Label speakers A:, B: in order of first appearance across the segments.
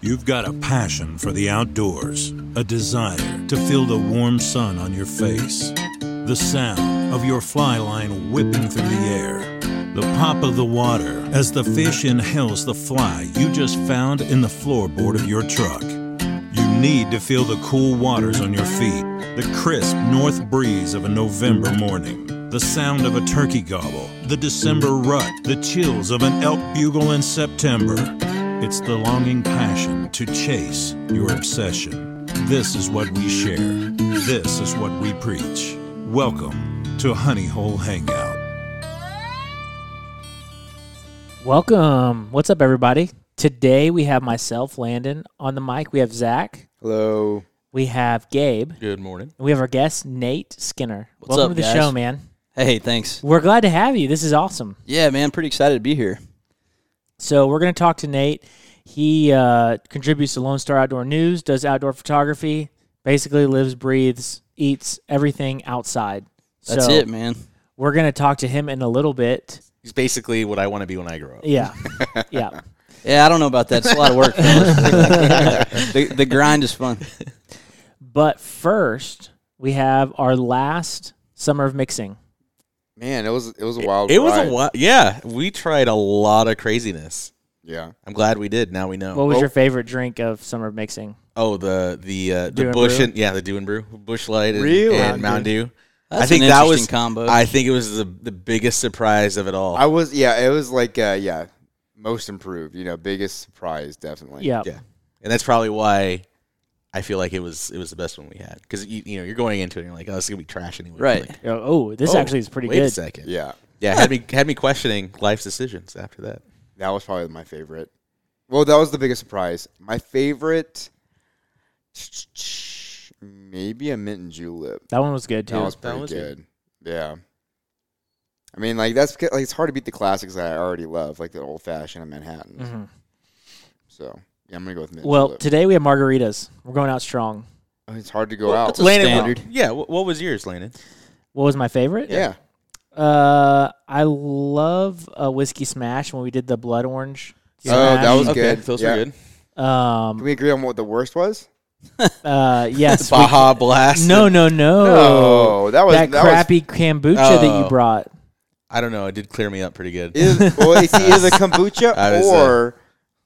A: You've got a passion for the outdoors, a desire to feel the warm sun on your face, the sound of your fly line whipping through the air, the pop of the water as the fish inhales the fly you just found in the floorboard of your truck. You need to feel the cool waters on your feet, the crisp north breeze of a November morning, the sound of a turkey gobble, the December rut, the chills of an elk bugle in September. It's the longing passion to chase your obsession. This is what we share. This is what we preach. Welcome to Honey Hole Hangout.
B: Welcome. What's up, everybody? Today we have myself, Landon, on the mic. We have Zach.
C: Hello.
B: We have Gabe. And
D: Good morning.
B: we have our guest, Nate Skinner.
D: What's
B: Welcome
D: up,
B: to the
D: guys?
B: show, man.
D: Hey, thanks.
B: We're glad to have you. This is awesome.
D: Yeah, man, pretty excited to be here.
B: So we're going to talk to Nate. He uh, contributes to Lone Star Outdoor News, does outdoor photography, basically lives, breathes, eats everything outside.
D: That's
B: so
D: it, man.
B: We're going to talk to him in a little bit.
E: He's basically what I want to be when I grow up.
B: Yeah. yeah.
D: Yeah, I don't know about that. It's a lot of work. fellas. the, the grind is fun.
B: But first, we have our last summer of mixing.
C: Man, it was it was a wild.
E: It was a
C: ride.
E: while. Yeah, we tried a lot of craziness.
C: Yeah.
E: I'm glad we did. Now we know.
B: What was
C: Oh.
B: your favorite drink of summer mixing?
E: oh, the the uh,
B: Dew
E: the
B: and
E: bush
B: Brew?
E: and yeah, the Dew and Brew, Bush Light and,
C: Really?
E: and Mountain Dew.
D: That's
E: I think
D: an
E: that
D: interesting
E: was
D: combo.
E: I think it was the the biggest surprise of it all.
C: I was yeah. It was like uh, yeah, most improved. You know, biggest surprise definitely.
B: Yeah.
E: yeah, and that's probably why I feel like it was it was the best one we had because you, you know you're going into it and you're like oh this is gonna be trash anyway.
D: Right.
E: Like,
B: You're like, Oh, this
E: oh,
B: actually is pretty
E: wait a
B: good.
E: second.
C: Yeah.
E: Yeah, had me had me questioning life's decisions after that.
C: That was probably my favorite. Well, that was the biggest surprise. My favorite, maybe a mint and julep.
B: That one was good too.
C: That was
E: that
C: pretty
E: was
C: good.
E: good.
C: Yeah. I mean, like that's ca- like it's hard to beat the classics that I already love, like the old fashioned and Manhattan.
B: Mhm.
C: So yeah, I'm gonna go with mint. and
B: Well,
C: julep.
B: today we have margaritas. We're going out strong.
C: it's hard to go out.
D: that's a- standard.
E: What, yeah, what, what was yours, Landon?
B: What was my favorite?
C: yeah.
B: Uh, I love a whiskey smash when we did the blood orange.
C: Oh, that was
B: smash.
C: good.
E: Those
C: Yeah.
E: were good.
C: Can
B: Um.
C: we agree on what the worst was?
B: Uh. Yes. we-
E: Baja Blast.
B: no. No. No.
C: No, that was-
B: that,
C: that was-
B: crappy kombucha that you
E: Oh.
B: brought.
E: I don't know. It did clear me up pretty good.
C: Either, well, it's either the kombucha
E: I was, uh,
C: or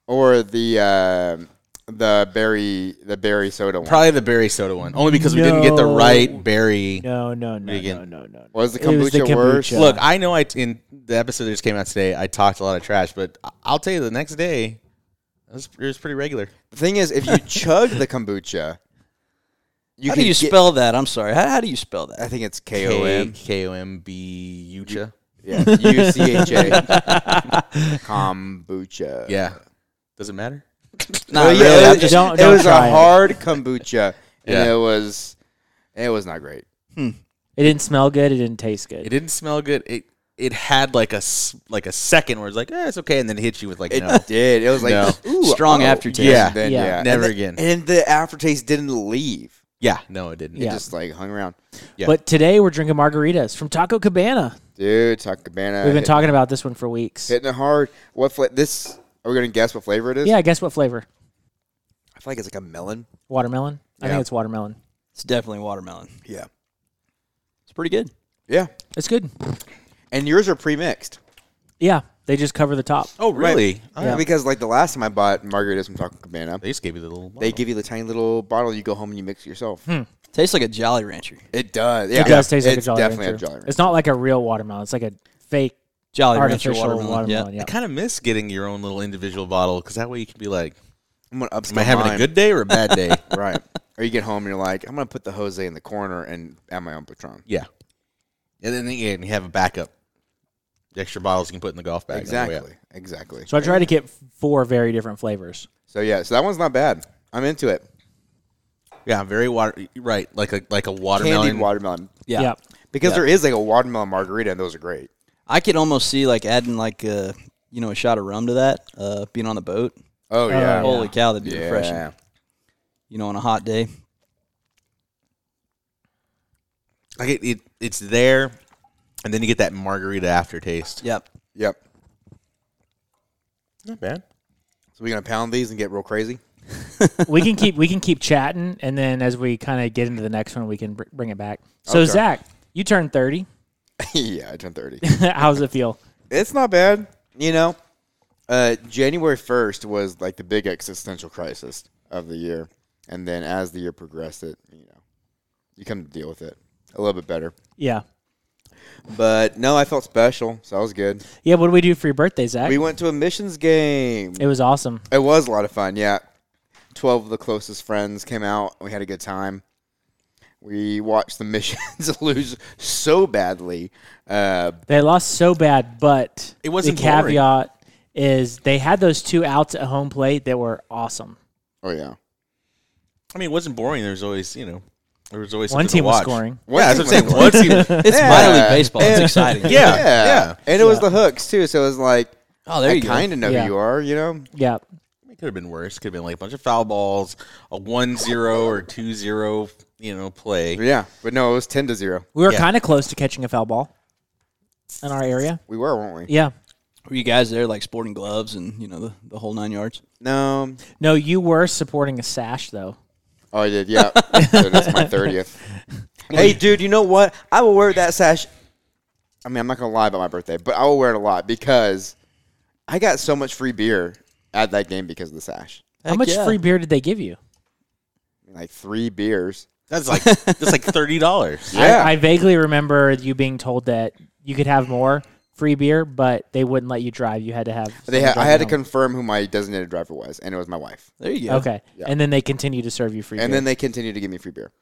C: or the um the berry the berry soda one.
E: Probably the berry soda one, only because we didn't get the
B: No.
E: right berry.
B: No. No. No.
E: Vegan.
B: No. No. No. no.
C: Was the
B: It was the
C: kombucha, worse?
B: kombucha.
E: Look, I know I in the episode that just came out today, I talked a lot of trash, but I- I'll tell you, the next day it was, it was pretty regular.
C: The thing is, if you chug the kombucha, you
D: how
C: can
D: do you
C: get-
D: spell that? I'm sorry. How, how do you spell
C: I
D: that?
C: think it's K O
E: K
C: M.
E: K O M Uh, B Ucha.
C: Yeah, U C H A. Kombucha.
E: Yeah, does it matter?
D: Not
E: Oh,
C: Well, yeah,
D: really.
C: it
D: I'm
C: was,
D: just-
B: don't-
C: it
B: don't
C: was a
B: try it.
C: hard kombucha, and
E: Yeah.
C: it was it was not great.
B: It didn't smell good. It didn't taste good.
E: It didn't smell good. It it had like a s- like a second where it's like, eh, it's okay, and then it hits you with like,
C: It
E: no,
C: did. It was like
E: No.
C: ooh,
D: Strong
C: oh,
D: aftertaste.
C: Yeah, then,
B: Yeah.
C: yeah.
E: Never
C: and
E: again.
C: The, and the aftertaste didn't leave.
E: yeah, no, it didn't.
B: Yeah.
C: Just like hung around,
E: yeah.
B: But today we're drinking margaritas from Taco Cabana.
C: dude. Taco Cabana.
B: We've been
C: hit-
B: talking about this one for weeks.
C: hitting it hard. What fla- this? Are we gonna guess what flavor it is?
B: Yeah, guess what flavor?
C: I feel like it's like a melon.
B: Watermelon. I think
C: Yeah.
B: it's watermelon.
D: It's definitely watermelon.
C: Yeah,
D: It's pretty good.
C: yeah.
B: It's good.
C: And yours are pre-mixed.
B: Yeah, they just cover the top.
E: oh, really? Oh,
B: Yeah.
C: Because like the last time I bought margaritas from Taco Cabana,
E: They just gave you the little.
C: they give you the tiny little bottle. You go home and you mix it yourself.
D: Tastes like a Jolly Rancher.
C: It does. Yeah,
B: Hmm. It does taste like a
C: It's
B: Jolly
C: definitely
B: Rancher.
C: a Jolly Rancher.
B: It's not like a real watermelon. It's like a fake
D: Jolly
B: artificial
D: Rancher
B: watermelon.
D: watermelon.
B: yeah.
E: I kind of miss getting your own little individual bottle because that way you can be like,
C: I'm gonna upscale
E: am I having
C: mine.
E: a good day or a bad day?
C: right? Or you get home and you're like, I'm gonna put the Jose in the corner and add my own Patron.
E: yeah. And then yeah, and you have a backup. The extra bottles you can put in the golf bag. on the way out.
C: Exactly. Exactly.
B: So I tried to get four very different flavors.
C: So yeah, so that one's not bad. I'm into it.
E: Yeah, very water. Right, like a like a watermelon.
C: Candied watermelon.
D: Yeah.
B: Yeah.
C: Because
E: Yeah.
C: there is like a watermelon margarita and those are great.
D: I could almost see like adding like a you know a shot of rum to that. Uh, being on the boat.
C: Oh yeah.
D: Holy cow, that'd be
C: yeah.
D: refreshing. You know, on a hot day.
E: Like it, it, it's there, and then you get that margarita aftertaste.
D: Yep.
C: Yep.
E: Not bad.
C: So we're gonna pound these and get real crazy.
B: we can keep we can keep chatting, and then as we kind of get into the next one, we can br- bring it back. So
C: Okay.
B: Zach, you turned thirty.
C: yeah, I turned thirty.
B: How's it feel?
C: it's not bad. You know, uh, January 1st was like the big existential crisis of the year. And then as the year progressed, it, you know, you come to deal with it a little bit better.
B: Yeah,
C: But no, I felt special. So that was good.
B: yeah. What did we do for your birthday, Zach?
C: We went to a missions game.
B: it was awesome.
C: It was a lot of fun. Yeah. 12 of the closest friends came out. We had a good time. We watched the missions lose so badly. Uh,
B: They lost so bad, but
E: It wasn't
B: the
E: boring.
B: caveat is they had those two outs at home plate that were awesome.
C: oh, yeah.
E: I mean, it wasn't boring. There was always, you know, there was always
B: One
E: something
B: team
E: to
B: was
E: watch.
B: scoring.
C: One
E: yeah, that's
C: team
E: what I'm saying.
C: was
E: One team.
D: It's minor league baseball. It's exciting.
E: Yeah,
C: yeah.
E: yeah.
C: And it was the hooks too, so it was like
D: Oh, there
C: I
D: you go.
C: kind of know
B: Yeah.
C: who you are, you know.
B: Yeah,
E: It could have been worse. Could have been like a bunch of foul balls, a 1-0 or 2-0, you know, play.
C: But yeah, but no, it was ten to zero.
B: we were
E: Yeah.
B: kind of close to catching a foul ball in our area.
C: We were, weren't we?
B: Yeah.
D: Were you guys there like sporting gloves and you know the, the whole nine yards?
C: No.
B: No, you were supporting a sash though.
C: Oh, I did. Yeah, So that's my thirtieth. hey, dude, you know what? I will wear that sash. I mean, I'm not gonna lie about my birthday, but I will wear it a lot because I got so much free beer at that game because of the sash.
B: How
D: Heck
B: much
D: yeah.
B: free beer did they give you?
C: Like three beers.
E: That's like that's like thirty dollars.
C: Yeah,
B: I, I vaguely remember you being told that you could have more free beer, but they wouldn't let you drive. You had to have. someone
C: they had, I
B: drive
C: had
B: you
C: to
B: home.
C: confirm who my designated driver was, and it was my wife.
D: There you go.
B: Okay, and then they continue to serve you free.
C: And
B: beer.
C: then they continued to give me free beer.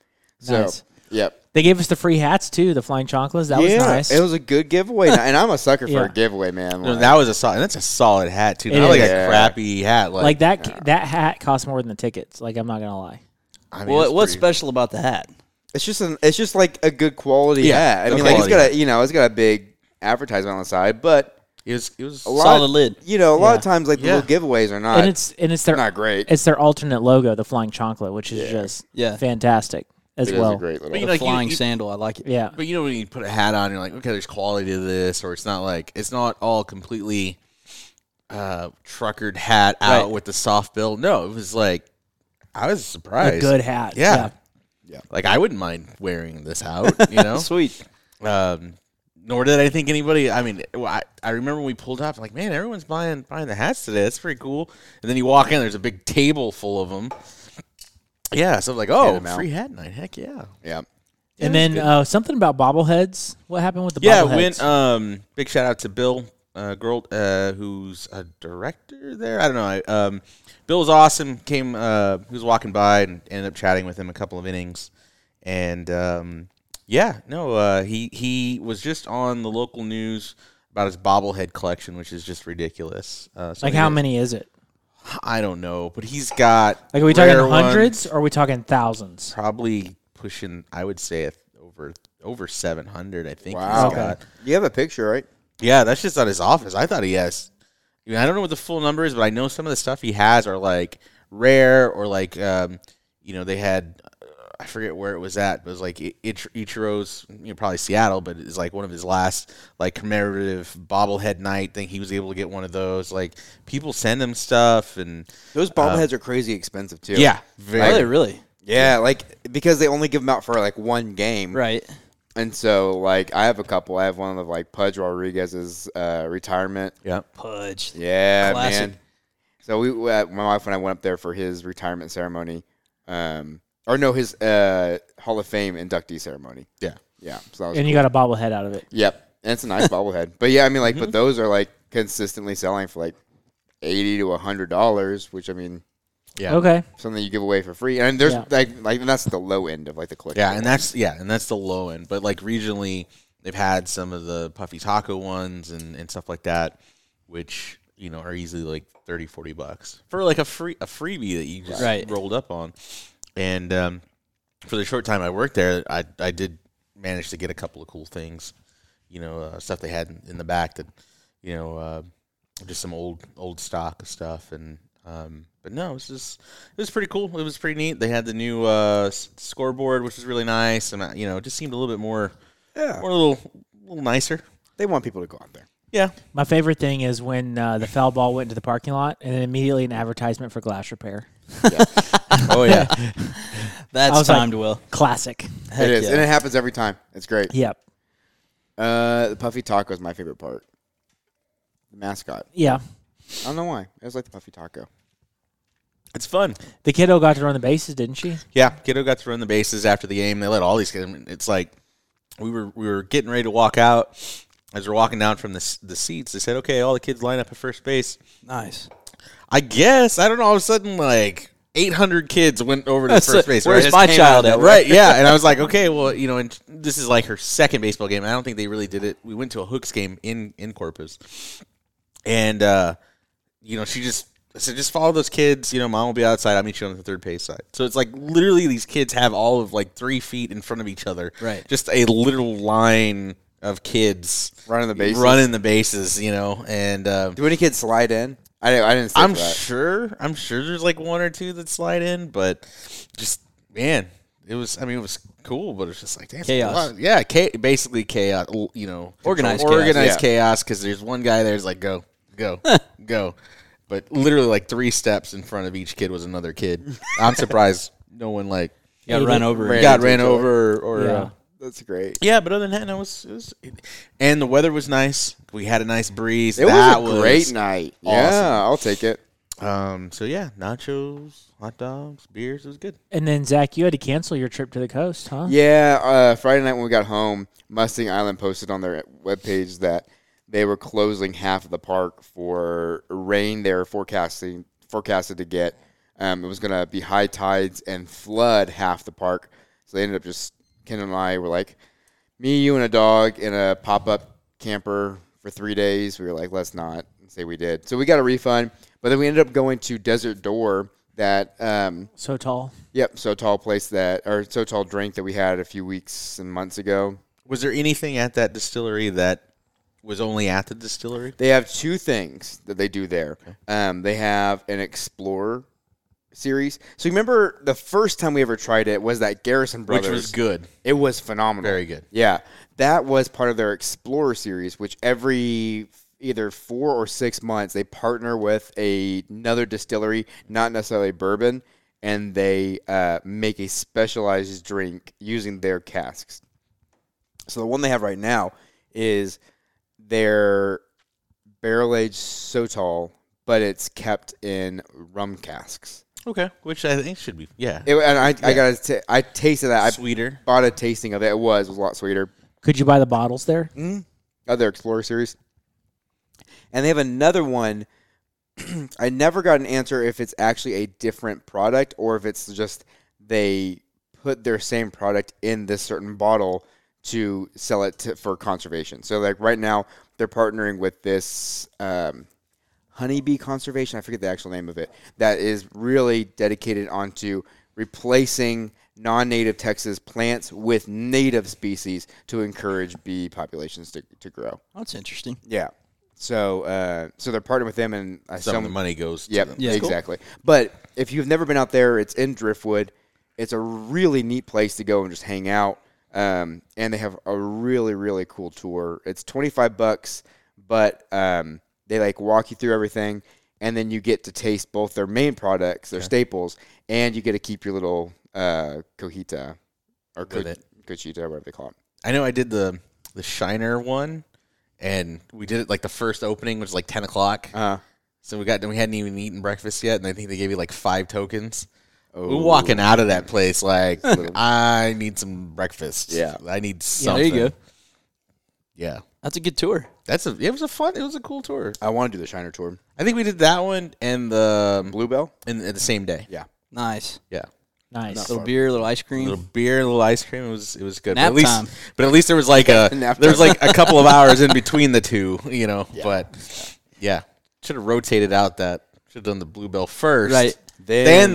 C: So,
B: Nice.
C: yep.
B: They gave us the free hats too, the flying chonklas. That was nice.
C: It was a good giveaway, and and I'm a sucker for
B: Yeah.
C: a giveaway, man.
E: No,
C: Like,
E: that was a solid. That's a solid hat too.
B: It
E: Not like
B: is.
E: a
C: Yeah.
E: crappy hat. Like,
B: like that that hat costs more than the tickets. Like I'm not gonna lie.
E: I mean,
D: Well,
E: it's
D: what's
E: pretty-
D: special about the hat?
C: it's just an, it's just like a good quality.
E: Yeah,
C: Yeah, I
E: the
C: mean, like it's
E: quality.
C: got a you know it's got a big advertisement on the side, but
E: It was. It was.
C: a lot
D: Solid lid.
C: You know, a lot
B: Yeah.
C: of times like the
E: Yeah.
C: little giveaways are not
B: and it's and it's their
C: Uh, not great.
B: It's their alternate logo, the flying chonkla, which is just
D: Yeah.
B: fantastic as
C: It is
B: well.
C: a great little.
E: But
D: The
E: you know, like,
D: flying
E: you-
D: sandal. I like it.
B: Yeah,
E: But you know when you put a hat on, you're like, okay, there's quality to this, or it's not like it's not all completely uh truckered hat out
D: Right.
E: with the soft bill. No, it was like I was surprised.
B: a good hat.
E: Yeah.
B: yeah.
E: Like I wouldn't mind wearing this out, you know.
D: Sweet.
E: um, nor did I think anybody. I mean, well, I, I remember when we pulled up, like, man, everyone's buying buying the hats today. That's pretty cool. And then you walk in, there's a big table full of them. Yeah, so I'm like, oh,
C: 'em out.
E: free hat night, heck yeah.
C: yeah,
B: And then uh, something about bobbleheads. What happened with the
E: Yeah,
B: bobbleheads?
E: went. Um, big shout out to Bill uh, Grolt, uh, who's a director there. I don't know. I, um, Bill was awesome. Came, uh, he was walking by and ended up chatting with him a couple of innings, and um, yeah, no, uh, he he was just on the local news about his bobblehead collection, which is just ridiculous. Uh, so
B: like
E: he
B: how
E: was-
B: many is it?
E: I don't know, but he's got
B: Like are we talking
E: rare ones,
B: hundreds or are we talking thousands?
E: probably pushing. I would say a th- over over seven hundred. I think.
C: Wow.
E: he's got.
C: you have a picture, right?
E: Yeah, that's just not his office. I thought he has. I, mean, I don't know what the full number is, but I know some of the stuff he has are like rare or like, um, you know, they had. uh, I forget where it was at. But it was like I- Ich- Ichiro's, you know, probably Seattle, but it's like one of his last like commemorative bobblehead night thing. He was able to get one of those. Like people send him stuff, and
C: Those bobbleheads are crazy expensive too.
E: Um, yeah,
D: Are
E: very
D: they really?
C: yeah, like because they only give them out for like one game,
E: Mm.
D: Right.
C: And so like I have a couple. I have one of like Pudge Rodriguez's uh, retirement.
E: yeah.
D: Pudge.
C: Yeah,
D: Classic.
C: man. So we, we- uh, my wife and I went up there for his retirement ceremony, um, or no, his uh, Hall of Fame inductee ceremony.
E: yeah.
C: Yeah, so that was
B: And you got a bobblehead out of it.
C: cool. yep, and it's a nice bobblehead. But yeah, I mean, like,
B: Mm-hmm.
C: but those are like consistently selling for like eighty to hundred dollars, which I mean,
E: Yeah.
B: Okay.
C: something you give away for free. And there's
B: Yeah.
C: like, like and that's the low end of like the collection.
E: Yeah, and that's yeah, and that's the low end. But like regionally, they've had some of the puffy taco ones and, and stuff like that, which you know are easily like 30, 40 bucks for like a free a freebie that you just
D: Right.
E: rolled up on. And um, for the short time I worked there, I I did manage to get a couple of cool things, you know, uh, stuff they had in, in the back that, you know, uh, just some old old stock of stuff and. Um, but no, it was just it was pretty cool. It was pretty neat. They had the new uh, s- scoreboard, which was really nice, and uh, you know, it just seemed a little bit more,
C: Yeah.
E: more a little, little nicer.
C: they want people to go out there.
E: Yeah,
B: My favorite thing is when uh, the foul ball went into the parking lot and then immediately an advertisement for glass repair.
E: oh yeah,
B: I
D: That's
B: was like-
D: timed well.
B: Classic.
D: Heck
C: it is,
D: yeah.
C: and it happens every time. It's great.
B: Yep.
C: Uh, the puffy taco is my favorite part. The mascot.
B: Yeah.
C: I don't know why. I just like the puffy taco.
E: it's fun.
B: The kiddo got to run the bases, didn't she?
E: Yeah, kiddo got to run the bases after the game. They let all these kids. I mean, It's like we were we were getting ready to walk out. As we're walking down from the s- the seats, they said, "Okay, all the kids line up at first base."
D: Nice.
E: I guess I don't know. All of a sudden, like 800 kids went over to
D: That's
E: first
D: it.
E: base.
D: Where's
E: It just
D: my
E: came
D: child
E: out
D: at?
E: of nowhere. Right? Yeah. And I was like, okay, well, you know, and this is like her second baseball game. And I don't think they really did it. We went to a hooks game in in Corpus, and uh, you know, she just I said, just follow those kids. You know, mom will be outside. I'll meet you on the third base side. So it's like literally these kids have all of like three feet in front of each other.
D: Right.
E: Just a literal line of kids
C: Running the bases.
E: running the bases. You know, and. Um,
C: Do any kids slide in? I, I didn't. Stay
E: I'm
C: for that.
E: sure. I'm sure there's like one or two that slide in, but just man, it was. I mean, it was cool, but it's just like damn, it's a
D: Chaos.
E: lot. Yeah, cha- basically chaos. l- You know,
D: Organized
E: control-
D: chaos.
E: organized
C: Yeah.
E: chaos. Because there's one guy there's like go, go, go, but literally like three steps in front of each kid was another kid. I'm surprised no one like
D: You got
B: Yeah,
D: run
B: you-
D: over.
C: Ran
E: got
C: into
E: ran
C: each other.
E: over or.
B: Yeah.
E: Uh,
C: That's great.
E: yeah, but other than that, no, it was, it was, and the weather was nice. We had a nice breeze.
C: It
E: that
C: was a great night.
E: awesome.
C: Yeah, I'll take it.
E: Um. So yeah, nachos, hot dogs, beers. It was good.
B: And then Zach, you had to cancel your trip to the coast, huh?
C: Yeah, uh, Friday night when we got home, Mustang Island posted on their webpage that they were closing half of the park for rain. They were forecasting forecasted to get. Um, it was going to be high tides and flood half the park. So they ended up just Ken and I were like, me, you, and a dog in a pop up camper for three days. We were like, let's not say we did. So we got a refund, but then we ended up going to Desert Door. That um,
B: So tall.
C: Yep, so tall place that or so tall drink that we had a few weeks and months ago.
E: Was there anything at that distillery that was only at the distillery?
C: They have two things that they do there. Um, they have an explorer series. So remember the first time we ever tried it was that Garrison
E: Which
C: Brothers.
E: was good.
C: It was phenomenal.
E: Very good.
C: Yeah, that was part of their Explorer series, which every either four or six months they partner with a- another distillery, not necessarily bourbon, and they uh, make a specialized drink using their casks. So the one they have right now is their barrel aged so tall, but it's kept in rum casks.
E: Okay. Which I think should be yeah.
C: It, and I, I got t- I tasted that. I
E: Sweeter.
C: bought a tasting of it. It was, it was a lot sweeter.
B: Could you buy the bottles there?
D: Mm,
C: other Explorer series. And they have another one. I never got an answer if it's actually a different product or if it's just they put their same product in this certain bottle to sell it to, for conservation. So, like right now, they're partnering with this um, honeybee conservation. I forget the actual name of it. That is really dedicated onto replacing non-native Texas plants with native species to encourage bee populations to, to grow.
D: That's interesting.
C: Yeah. So, uh, so they're partnering with them, and I
E: Some
C: some-
E: of the money goes.
C: Yep,
E: To them.
D: Yeah, cool.
C: exactly. But if you've never been out there, it's in Driftwood. It's a really neat place to go and just hang out. Um, and they have a really really cool tour. It's twenty five bucks, but um, they like walk you through everything, and then you get to taste both their main products, their staples, and you get to keep your little uh, cojita or co-
E: it.
C: cochita, whatever they call it.
E: I know. I did the the Shiner one, and we did it like the first opening was like ten o'clock.
C: Uh,
E: So we got we hadn't even eaten breakfast yet, and I think they gave you like five tokens. We're walking out of that place like I need some breakfast.
C: Yeah.
E: I need
D: Yeah,
E: something.
D: there you go.
E: Yeah,
D: That's a good tour.
E: that's a. It was a fun. It was a cool tour.
C: I want to do the Shiner tour.
E: I think we did that one and the
C: Bluebell.
E: in, in the same day.
C: Yeah.
D: Nice.
E: Yeah.
B: Nice.
D: Little beer, little ice cream.
E: Little beer, little ice cream. It was it was good.
D: Nap
E: but at least
D: time.
E: but at least there was like a
C: Nap
E: there was
C: time.
E: like a couple of hours in between the two, you know. But yeah. Should have rotated out that should have done the bluebell first.
D: Right.
E: Then,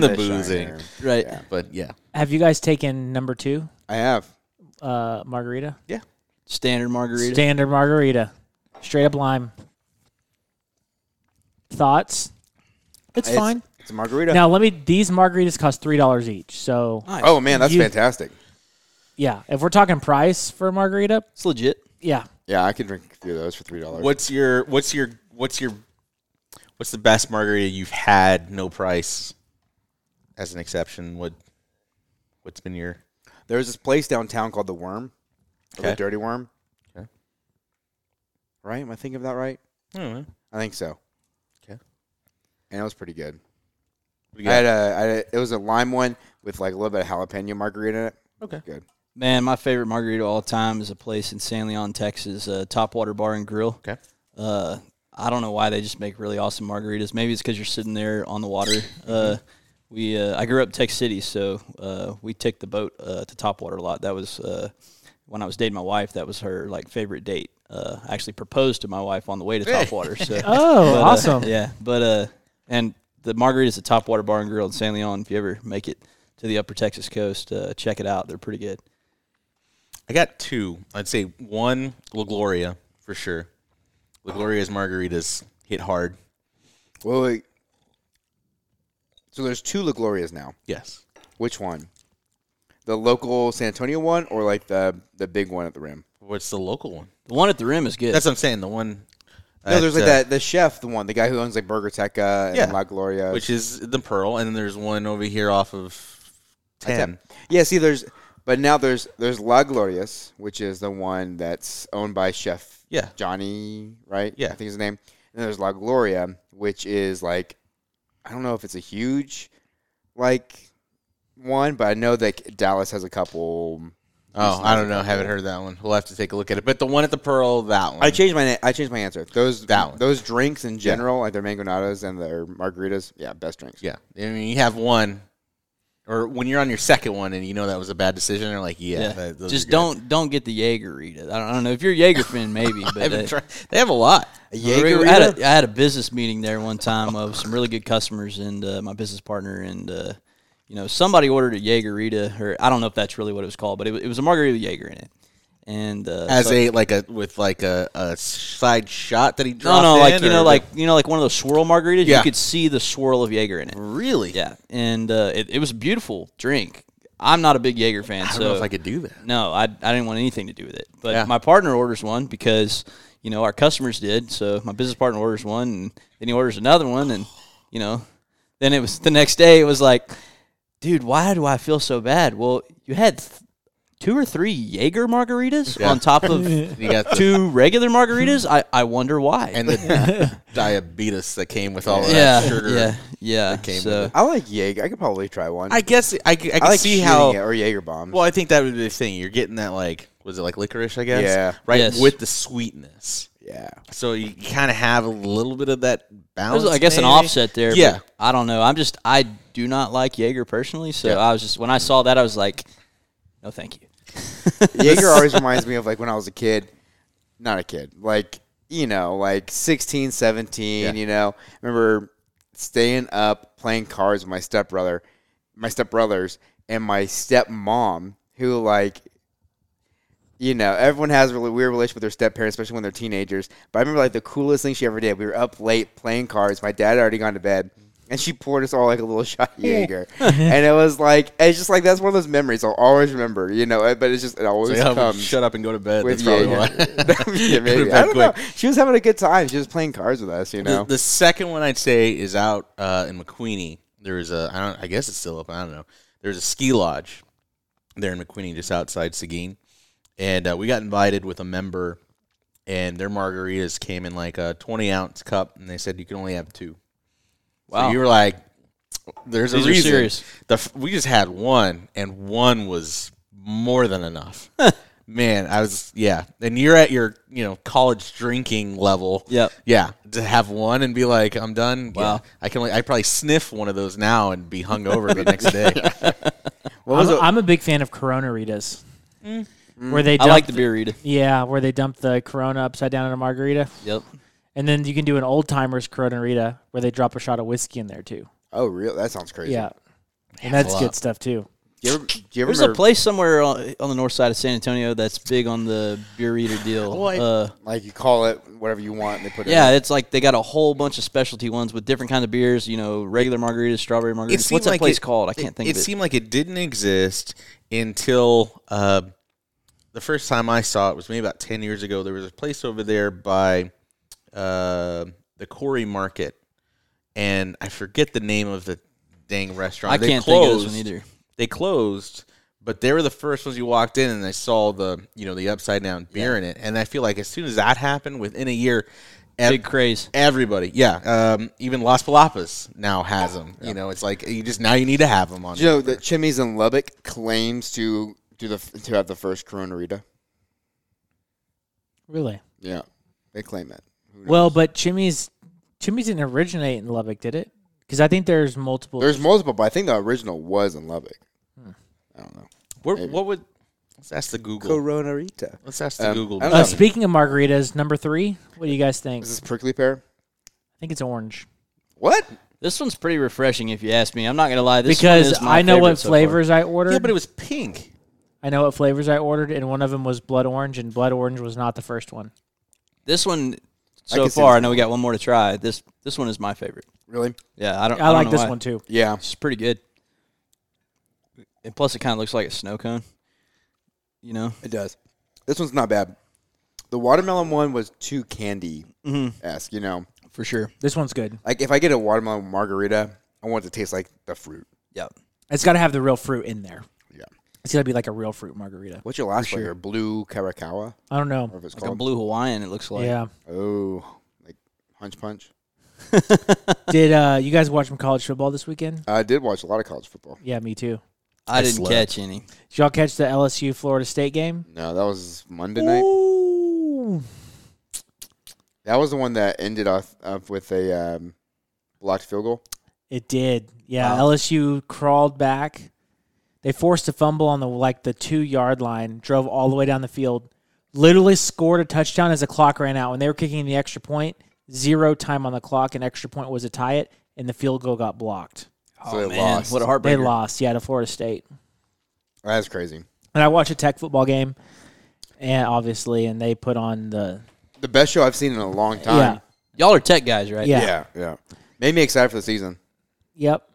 C: Then
E: the,
C: the
E: boozing.
C: Shiner.
D: right.
E: But yeah.
B: Have you guys taken number two,
C: I have.
B: uh, margarita?
E: Yeah.
D: Standard margarita.
B: Standard margarita, straight up lime. Thoughts? It's,
C: It's-
B: fine.
C: It's a margarita.
B: Now let me. These margaritas cost three dollars each. So
D: nice.
C: oh man, that's
B: You-
C: fantastic.
B: yeah, if we're talking price for a margarita,
D: it's legit.
B: yeah,
C: Yeah, I could drink a few of those for three dollars.
E: What's your what's your what's your what's the best margarita you've had, no price? as an exception, what what's been your
C: There's this place downtown called the Worm, or the
E: Okay.
C: Dirty Worm.
E: Okay.
C: Right? Am I thinking of that right?
E: I don't know.
C: I think so.
E: Okay.
C: And it was pretty good.
E: What do you
C: I had
E: got?
C: a, I had a- it was a lime one with like a little bit of jalapeno margarita in it.
E: Okay.
C: Good.
D: Man, my favorite margarita of all time is a place in San Leon, Texas, uh, Topwater Bar and Grill.
E: Okay.
D: Uh, I don't know why they just make really awesome margaritas. Maybe it's because you're sitting there on the water. Uh,
B: Mm-hmm.
D: we uh, I grew up Tech City, so uh, we took the boat uh, to Topwater a lot. That was uh, when I was dating my wife. That was her like favorite date. Uh, I actually proposed to my wife on the way to Topwater. So
B: Oh,
D: But, uh,
B: awesome.
D: yeah, but uh, and the margaritas at Topwater Bar and Grill in San Leon. If you ever make it to the Upper Texas coast, uh, check it out. They're pretty good.
E: I got two. I'd say one La Gloria for sure. La Gloria's margaritas hit hard.
C: Well, wait. so there's two La Glorias now.
E: Yes.
C: Which one? The local San Antonio one, or like the the big one at the rim?
E: What's the local one?
D: The one at the rim is good.
E: That's what I'm saying. The one.
C: No, there's like
E: at, uh,
C: that the chef, the one, the guy who owns like Burger Teca and
E: Yeah.
C: La Gloria,
E: which is the Pearl, and then there's one over here off of ten.
C: Yeah, see, there's, but now there's there's La Glorias, which is the one that's owned by Chef
E: Yeah.
C: Johnny, right?
E: Yeah.
C: I think his name. And there's La Gloria, which is like, I don't know if it's a huge, like, one, but I know that Dallas has a couple.
E: Oh, I don't know. Haven't heard that one. We'll have to take a look at it. But the one at the Pearl, that one.
C: I changed my na- I changed my answer. Those
E: That one.
C: those drinks in general, like their mangonadas and their margaritas, yeah, best drinks.
E: yeah. I mean, you have one, or when you're on your second one and you know that was a bad decision, you're like, yeah,
D: yeah.
E: that- those are
D: Just
E: good.
D: don't don't get the Jaegerita. I don't, I don't know if you're a Jaeger fan, maybe. But
E: I haven't
D: uh,
E: tried. They have a lot.
D: we were- I had, a, I had a business meeting there one time of some really good customers and uh, my business partner and uh, you know somebody ordered a Jaegerita or I don't know if that's really what it was called, but it, wa- it was a margarita with Jaeger in it. And uh,
E: As
D: so-
E: a like a with like a, a side shot that he
D: no
E: dropped.
D: no
E: in,
D: like you know
E: or-
D: like you know like one of those swirl margaritas,
E: Yeah.
D: you could see the swirl of Jaeger in it.
E: really.
D: Yeah, and uh, it, it was a beautiful drink. I'm not a big Jaeger fan,
E: I don't
D: so
E: know if I could do that.
D: No, I, I didn't want anything to do with it. But
E: Yeah.
D: my partner orders one because, you know, our customers did. So my business partner orders one and then he orders another one. And, you know, then it was the next day, it was like, dude, why do I feel so bad? Well, you had th- two or three Jaeger margaritas
E: Yeah.
D: on top of
E: You got the,
D: two regular margaritas. I, I wonder why.
E: and the diabetes that came with all of
D: yeah,
E: that sugar.
D: yeah, yeah.
E: came
D: So,
E: with
C: I like Jaeger. I could probably try one.
E: I guess I, c- I can
C: I like
E: see
C: shooting
E: how
C: it or Jaeger bombs.
E: Well, I think that would be the thing. You're getting that like was it like licorice? I guess.
C: Yeah.
E: Right
D: Yes.
E: with the sweetness,
C: yeah.
E: so you kind of have a little bit of that balance.
D: There's, I guess, an
E: maybe.
D: offset there. but
E: Yeah.
D: I don't know. I'm just, I do not like Jaeger personally. So
E: Yeah.
D: I was just, when I saw that, I was like, no, thank you.
C: Jaeger always reminds me of like when I was a kid, not a kid, like, you know, like 16, 17,
E: Yeah.
C: you know. I remember staying up playing cards with my stepbrother, my stepbrothers, and my stepmom, who like, you know, everyone has a really weird relationship with their step parents, especially when they're teenagers. But I remember like the coolest thing she ever did. We were up late playing cards. My dad had already gone to bed. And she poured us all like a little shot of Jaeger. and it was like, it's just like, that's one of those memories I'll always remember, you know, but it's just, it always
E: So you have to
C: comes
E: shut up and go to bed.
C: with
E: That's probably
C: Jaeger.
E: why.
C: yeah, maybe.
E: been
C: I don't know.
E: quick.
C: She was having a good time. She was playing cards with us, you know.
E: The, the second one I'd say is out uh, in McQueenie. There is a, I, don't, I guess it's still open. I don't know. There's a ski lodge there in McQueenie, just outside Seguin, and uh, we got invited with a member, and their margaritas came in like a 20 ounce cup, and they said you can only have two. Wow.
D: Wow.
E: you were like, there's
D: These
E: a
D: are
E: reason.
D: serious.
E: The f- we just had one, and one was more than enough. Man, I was yeah, and you're at your you know college drinking level.
D: Yep.
E: Yeah, to have one and be like, I'm done.
D: Wow.
E: Yeah. I can only, I probably sniff one of those now and be hungover the next day.
C: what
B: I'm,
C: was it?
B: I'm a big fan of Corona Ritas, where they
D: Mm. I
B: dump
D: like the beer Rita.
B: yeah, where they dump the Corona upside down in a margarita,
D: Yep.
B: and then you can do an old timers Corona Rita where they drop a shot of whiskey in there too.
C: oh, real? That sounds crazy.
B: Yeah, and that's
E: Half
B: good
E: up.
B: stuff too.
C: Do you ever, do you ever
D: There's a
C: remember,
D: place somewhere on on the north side of San Antonio that's big on the beer eater deal.
E: Well, Oh, I-
D: uh,
C: like you call it whatever you want, and they put it.
D: yeah, it's like they got a whole bunch of specialty ones with different kinds of beers. You know, regular margaritas, strawberry margaritas.
E: seemed
D: What's that
E: like
D: place
E: it-
D: called? I can't think
E: It
D: of it.
E: seemed like it didn't exist until uh, the first time I saw it was maybe about ten years ago. There was a place over there by uh, the Corey Market, and I forget the name of the dang restaurant.
D: I
E: They
D: can't
E: closed,
D: think of this one either.
E: They closed, but they were the first ones you walked in and they saw the you know the upside down beer in it. And I feel like as soon as that happened, within a year, ev-
D: Big craze.
E: Everybody, yeah. Um, even Las Palapas now has them. You know, it's like you just now you need to have them on.
C: Do you know that Chimmy's in Lubbock claims to do the to have the first Corona Rita?
B: Really?
C: Yeah, they claim it. Who knows?
B: Well, but Chimmy's Chimmy's didn't originate in Lubbock, did it? Because I think there's multiple.
C: there's multiple, but I think the original was in Lubbock. I don't know.
E: Where, what would? Let's ask the Google.
C: Corona Rita.
E: Let's ask the
C: Um,
E: Google.
C: I don't
B: uh,
C: know.
B: speaking of margaritas, number three. What do you guys think?
C: Is
B: I
C: this prickly pear?
B: think it's orange
C: What?
D: This one's pretty refreshing, if you ask me. I'm not gonna lie. This one
B: because
D: is my
B: I know
D: favorite
B: what
D: so far.
B: flavors I ordered.
E: Yeah, but it was pink.
B: I know what flavors I ordered, and one of them was blood orange, and blood orange was not the first one.
D: This one,
C: can
D: so
C: see
D: far,
C: this
D: I know we got one more to try. This this one is my favorite.
C: Really?
D: Yeah, I don't.
B: I,
D: don't
B: like
D: know
B: this
D: why.
B: one too.
C: Yeah.
D: It's pretty good. And plus, it kind of looks like a snow cone. You know,
C: It does. This one's not bad. The watermelon one was too candy esque, you know.
D: for sure.
B: This one's good.
C: Like if I get a watermelon margarita, I want it to taste like the fruit.
D: Yeah.
B: It's got to have the real fruit in there.
C: Yeah.
B: It's got to be like a real fruit margarita.
C: What's your last flavor? Blue Karakawa?
B: I don't know.
C: Whatever it's
D: Like a
C: called.
D: blue Hawaiian, it looks like.
B: Yeah.
C: oh, like Hunch Punch.
B: Did uh, you guys watch some college football this weekend?
C: I did watch a lot of college football.
B: Yeah, me too.
D: I, didn't catch any.
B: Did y'all catch the LSU Florida State game?
C: No, that was Monday night.
B: Ooh.
C: That was the one that ended up, up with a um, blocked field goal.
B: It did. Yeah, LSU crawled back. They forced a fumble on the like the two yard line, drove all the way down the field, literally scored a touchdown as the clock ran out. When they were kicking the extra point, zero time on the clock, an extra point was to tie it, and the field goal got blocked.
C: So they
D: Oh, Man,
C: lost.
D: what a heartbreaker.
B: They lost, yeah, to Florida State.
C: That's crazy.
B: And I watched a Tech football game, and obviously, and they put on the
C: The best show I've seen in a long time.
D: Y'all are tech guys, right?
B: yeah, yeah,
C: Yeah, yeah. Made me excited for the season.
B: yep.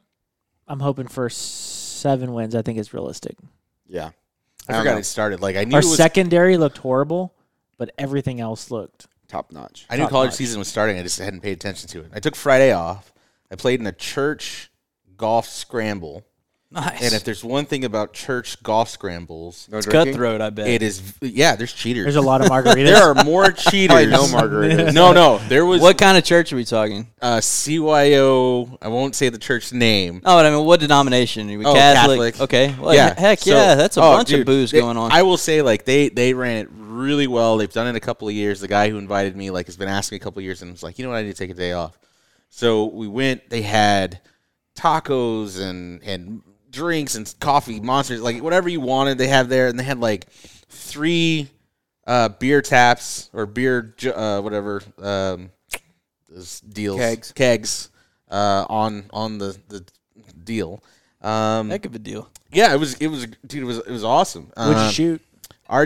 B: I'm hoping for seven wins. I think it's realistic.
C: Yeah.
E: I,
C: don't
E: forgot
C: know.
E: it started. Like I knew
B: Our
E: it was,
B: secondary looked horrible, but everything else looked.
C: Top notch.
E: I knew college season was starting. I just hadn't paid attention to it. I took Friday off. I played in a church golf scramble.
D: Nice.
E: And if there's one thing about church golf scrambles,
C: No
D: it's
C: drinking?
D: cutthroat, I bet.
E: it is Oh, yeah, there's cheaters.
B: There's a lot of
E: there
B: margaritas.
E: are more
C: Probably
E: cheaters.
C: no margaritas.
E: no, no. There was
D: What kind of church are we talking?
E: uh, CYO. I won't say the church name.
D: No, Oh, but I mean, what denomination? Are we
E: Oh,
D: Catholic?
E: Catholic.
D: Okay. Well,
E: yeah,
D: Heck
E: So-
D: yeah. That's a
E: oh,
D: bunch
E: dude,
D: of booze
E: they-
D: going on.
E: I will say, like they they ran it really well. They've done it a couple of years. The guy who invited me, like, has been asking a couple of years, and was like, you know what, I need to take a day off. So we went. They had tacos and and drinks and coffee, monsters, like whatever you wanted. They had there, and they had like three uh, beer taps or beer ju- uh, whatever um, those deals
C: Kegs.
E: kegs uh, on on the the deal. Um,
D: heck of a deal.
E: yeah, it was it was dude, it was it was awesome.
B: Would
E: Um,
B: you shoot?
E: Our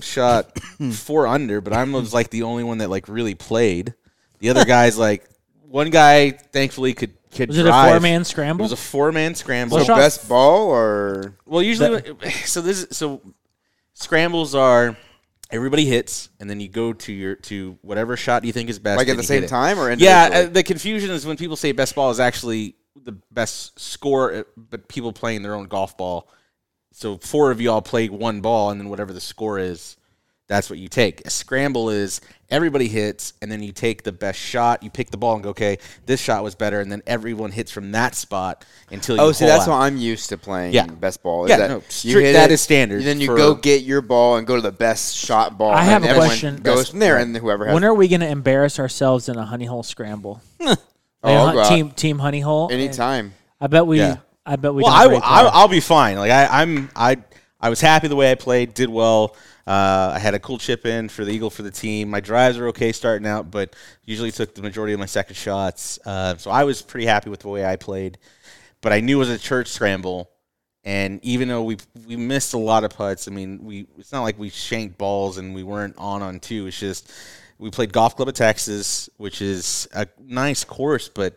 E: shot four under, but I was like the only one that like really played. The other guys like one guy thankfully could could
B: Was it
E: drive.
B: a four man
E: It
B: scramble?
E: was a four man scramble.
B: Well,
E: Well,
B: shot-
C: Best ball or
E: usually so this so scrambles are everybody hits and then you go to your to whatever shot you think is best
C: like at
E: and
C: the
E: you
C: same
E: hit it.
C: time or
E: Yeah, uh,
C: individually?
E: the confusion is when people say best ball is actually the best score, uh, but people playing their own golf ball. So four of y'all play one ball, and then whatever the score is, that's what you take. A scramble is everybody hits, and then you take the best shot. You pick the ball and go, okay, this shot was better, and then everyone hits from that spot until. you
C: Oh, see,
E: hole
C: that's
E: out.
C: why I'm used to playing
E: Yeah.
C: best ball. Is
E: Yeah,
C: that
E: no,
C: you
E: strict-
C: hit
E: that
C: it,
E: is standard
C: and Then you
E: for-
C: go get your ball and go to the best shot ball.
B: I
C: and
B: have a
C: then everyone
B: question.
C: Goes
E: Best-
C: from there, and whoever has
B: when are we going to embarrass ourselves in a honey hole scramble? Like a
C: Oh,
B: hun-
C: God.
B: team team honey hole.
C: any time.
B: I bet we.
E: Yeah.
B: I bet we.
E: Well,
B: don't
E: I,
B: break
E: I,
B: that.
E: I'll be fine. Like I, I'm, I, I was happy the way I played. Did well. Uh, I had a cool chip in for the eagle for the team. My drives were okay starting out, but usually took the majority of my second shots. Uh, so I was pretty happy with the way I played. But I knew it was a church scramble, and even though we we missed a lot of putts, I mean, we it's not like we shanked balls and we weren't on on two. It's just we played Golf Club of Texas, which is a nice course, but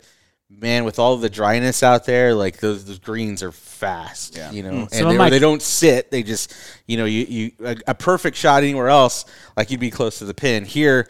E: man, with all the dryness out there, like those, those greens are fast, you know, and
B: Hmm. Some of
E: they,
B: my-
E: they don't sit. They just, you know, you, you a, a perfect shot anywhere else, like you'd be close to the pin. Here,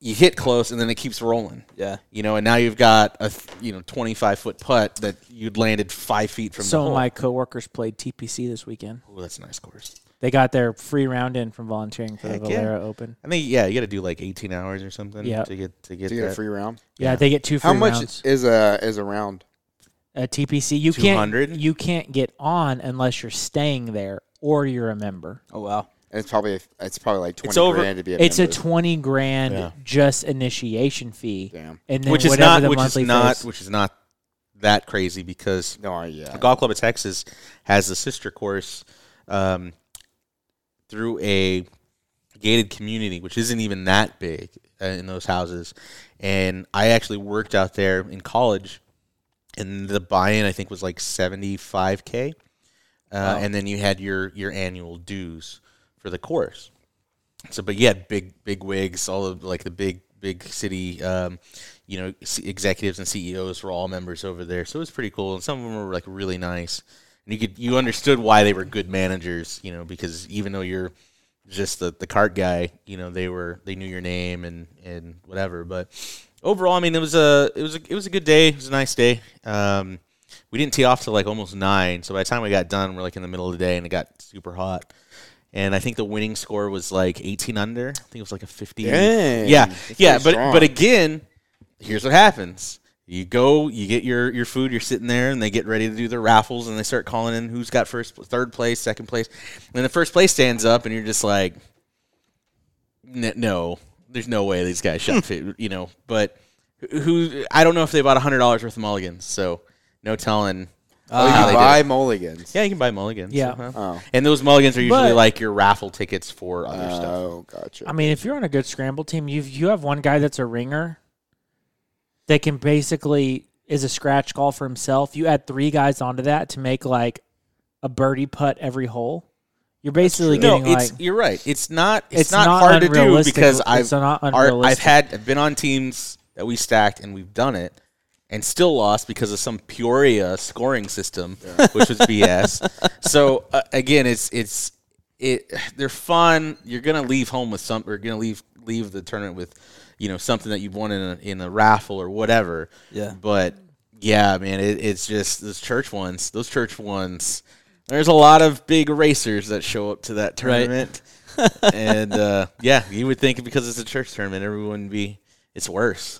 E: you hit close and then it keeps rolling.
D: Yeah.
E: You know, and now you've got a th- you know twenty five foot putt that you'd landed five feet from the
B: Some of
E: hole.
B: my coworkers played TPC this weekend.
E: Ooh, that's a nice course.
B: They got their free round in from volunteering for
E: Heck
B: the
E: yeah.
B: Valera Open.
E: I think yeah, you got to do like eighteen hours or something.
B: Yeah.
E: to get to get
C: Do you get a
E: that.
C: free round?
B: Yeah, they get two free
C: How much
B: rounds.
C: is a is a round?
B: A TPC, you
E: 200?
B: can't you can't get on unless you're staying there or you're a member.
D: Oh wow.
C: And it's probably it's probably like twenty
E: over-
C: grand to be a
B: It's a
C: member.
B: twenty grand
E: Yeah.
B: just initiation fee,
C: Damn.
B: and then
E: which is
B: whatever
E: not
B: the
E: which is
B: monthly
E: not
B: fees-
E: which is not that crazy because
C: no, Oh, yeah.
E: the golf club of Texas has a sister course um, through a gated community, which isn't even that big uh, in those houses. And I actually worked out there in college, and the buy-in I think was like seventy-five k, uh, and then you had your your annual dues for the course. So, but you had big, big wigs, all of like the big, big city, um, you know, c- executives and CEOs were all members over there. So it was pretty cool, and some of them were like really nice. And you could you understood why they were good managers, you know, because even though you're just the the cart guy, you know, they were they knew your name and and whatever. But overall, I mean, it was a it was a it was a good day. It was a nice day. Um, we didn't tee off till like almost nine, so by the time we got done, we're like in the middle of the day, and it got super hot and I think the winning score was like 18 under. I think it was like a 50.
C: Dang,
E: yeah,
C: that's
E: yeah.
C: pretty
E: But
C: strong.
E: but again, here's what happens: you go, you get your your food, you're sitting there, and they get ready to do their raffles, and they start calling in who's got first, third place, second place, and the first place stands up, and you're just like, "N- no, there's no way these guys
C: Hmm.
E: shot fit, you know. But who? I don't know if they bought hundred dollars worth of mulligans, so no telling.
C: oh,
E: how
C: you
E: they did
C: buy mulligans.
E: yeah, you can buy mulligans.
B: Yeah.
E: uh-huh.
C: Oh.
E: And those mulligans are usually
B: But-
E: like your raffle tickets for other stuff.
C: Oh, gotcha.
B: I mean, if you're on a good scramble team, you you have one guy that's a ringer that can basically is a scratch call for himself. You add three guys onto that to make like a birdie putt every hole. You're basically
E: No,
B: getting
E: it's
B: like
E: you're right. It's not. It's,
B: It's
E: not,
B: not
E: hard to do
B: unrealistic.
E: because
B: It's
E: I've
B: not
E: are- I've
B: unrealistic.
E: had I've been on teams that we stacked and we've done it and still lost because of some Peoria scoring system, which was BS. so uh, again, it's it's it. They're fun. You're gonna leave home with some. You're gonna leave leave the tournament with you know something that you've won in a, in a raffle or whatever.
D: Yeah.
E: But yeah, man, it, it's just those church ones. Those church ones. There's a lot of big racers that show up to that tournament, and uh, yeah, you would think because it's a church tournament, everyone would be. It's worse.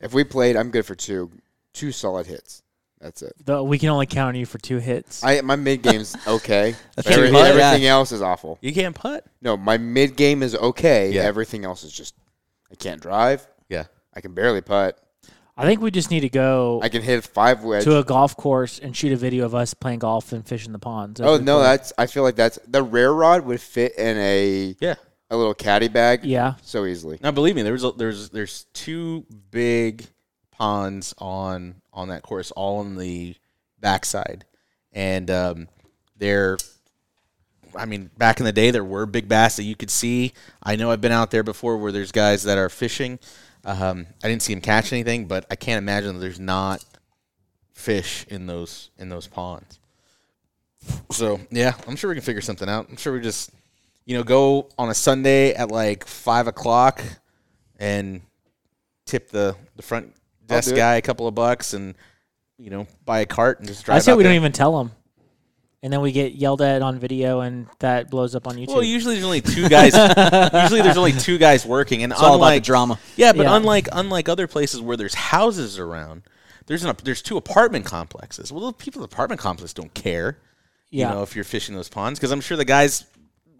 C: if we played, I'm good for two two solid hits. That's it.
B: the, we can only count on you for two hits.
C: I my mid game's okay.
D: That's
C: Every-
D: pretty good.
C: everything
D: Yeah.
C: else is awful.
E: You can't putt.
C: No, my mid game is okay.
E: Yeah.
C: Everything else is just I can't drive.
E: Yeah.
C: I can barely putt.
B: I think we just need to go
C: I can hit five wedge.
B: to a golf course and shoot a video of us playing golf and fishing the ponds.
C: oh no, that's I feel like that's the rare rod would fit in a
E: Yeah.
C: a little caddy bag.
B: Yeah.
C: so easily.
E: Now believe me, there's a, there's there's two big ponds on on that course, all on the backside, and um, they're. I mean, back in the day, there were big bass that you could see. I know I've been out there before where there's guys that are fishing. Um, I didn't see them catch anything, but I can't imagine that there's not fish in those in those ponds. So yeah, I'm sure we can figure something out. I'm sure we just you know, go on a Sunday at like five o'clock and tip the, the front desk
C: do it.
E: guy a couple of bucks and you know, buy a cart and just drive.
B: I say
E: out
B: we
E: there.
B: don't even tell them, and then we get yelled at on video, and that blows up on YouTube.
E: Well, usually there's only two guys. usually there's only two guys working, and
D: It's all about the
E: unlike
D: drama.
E: yeah, but
B: Yeah.
E: unlike unlike other places where there's houses around, there's an, there's two apartment complexes. Well, the people in the apartment complex don't care.
B: Yeah.
E: you know, if you're fishing those ponds, because I'm sure the guys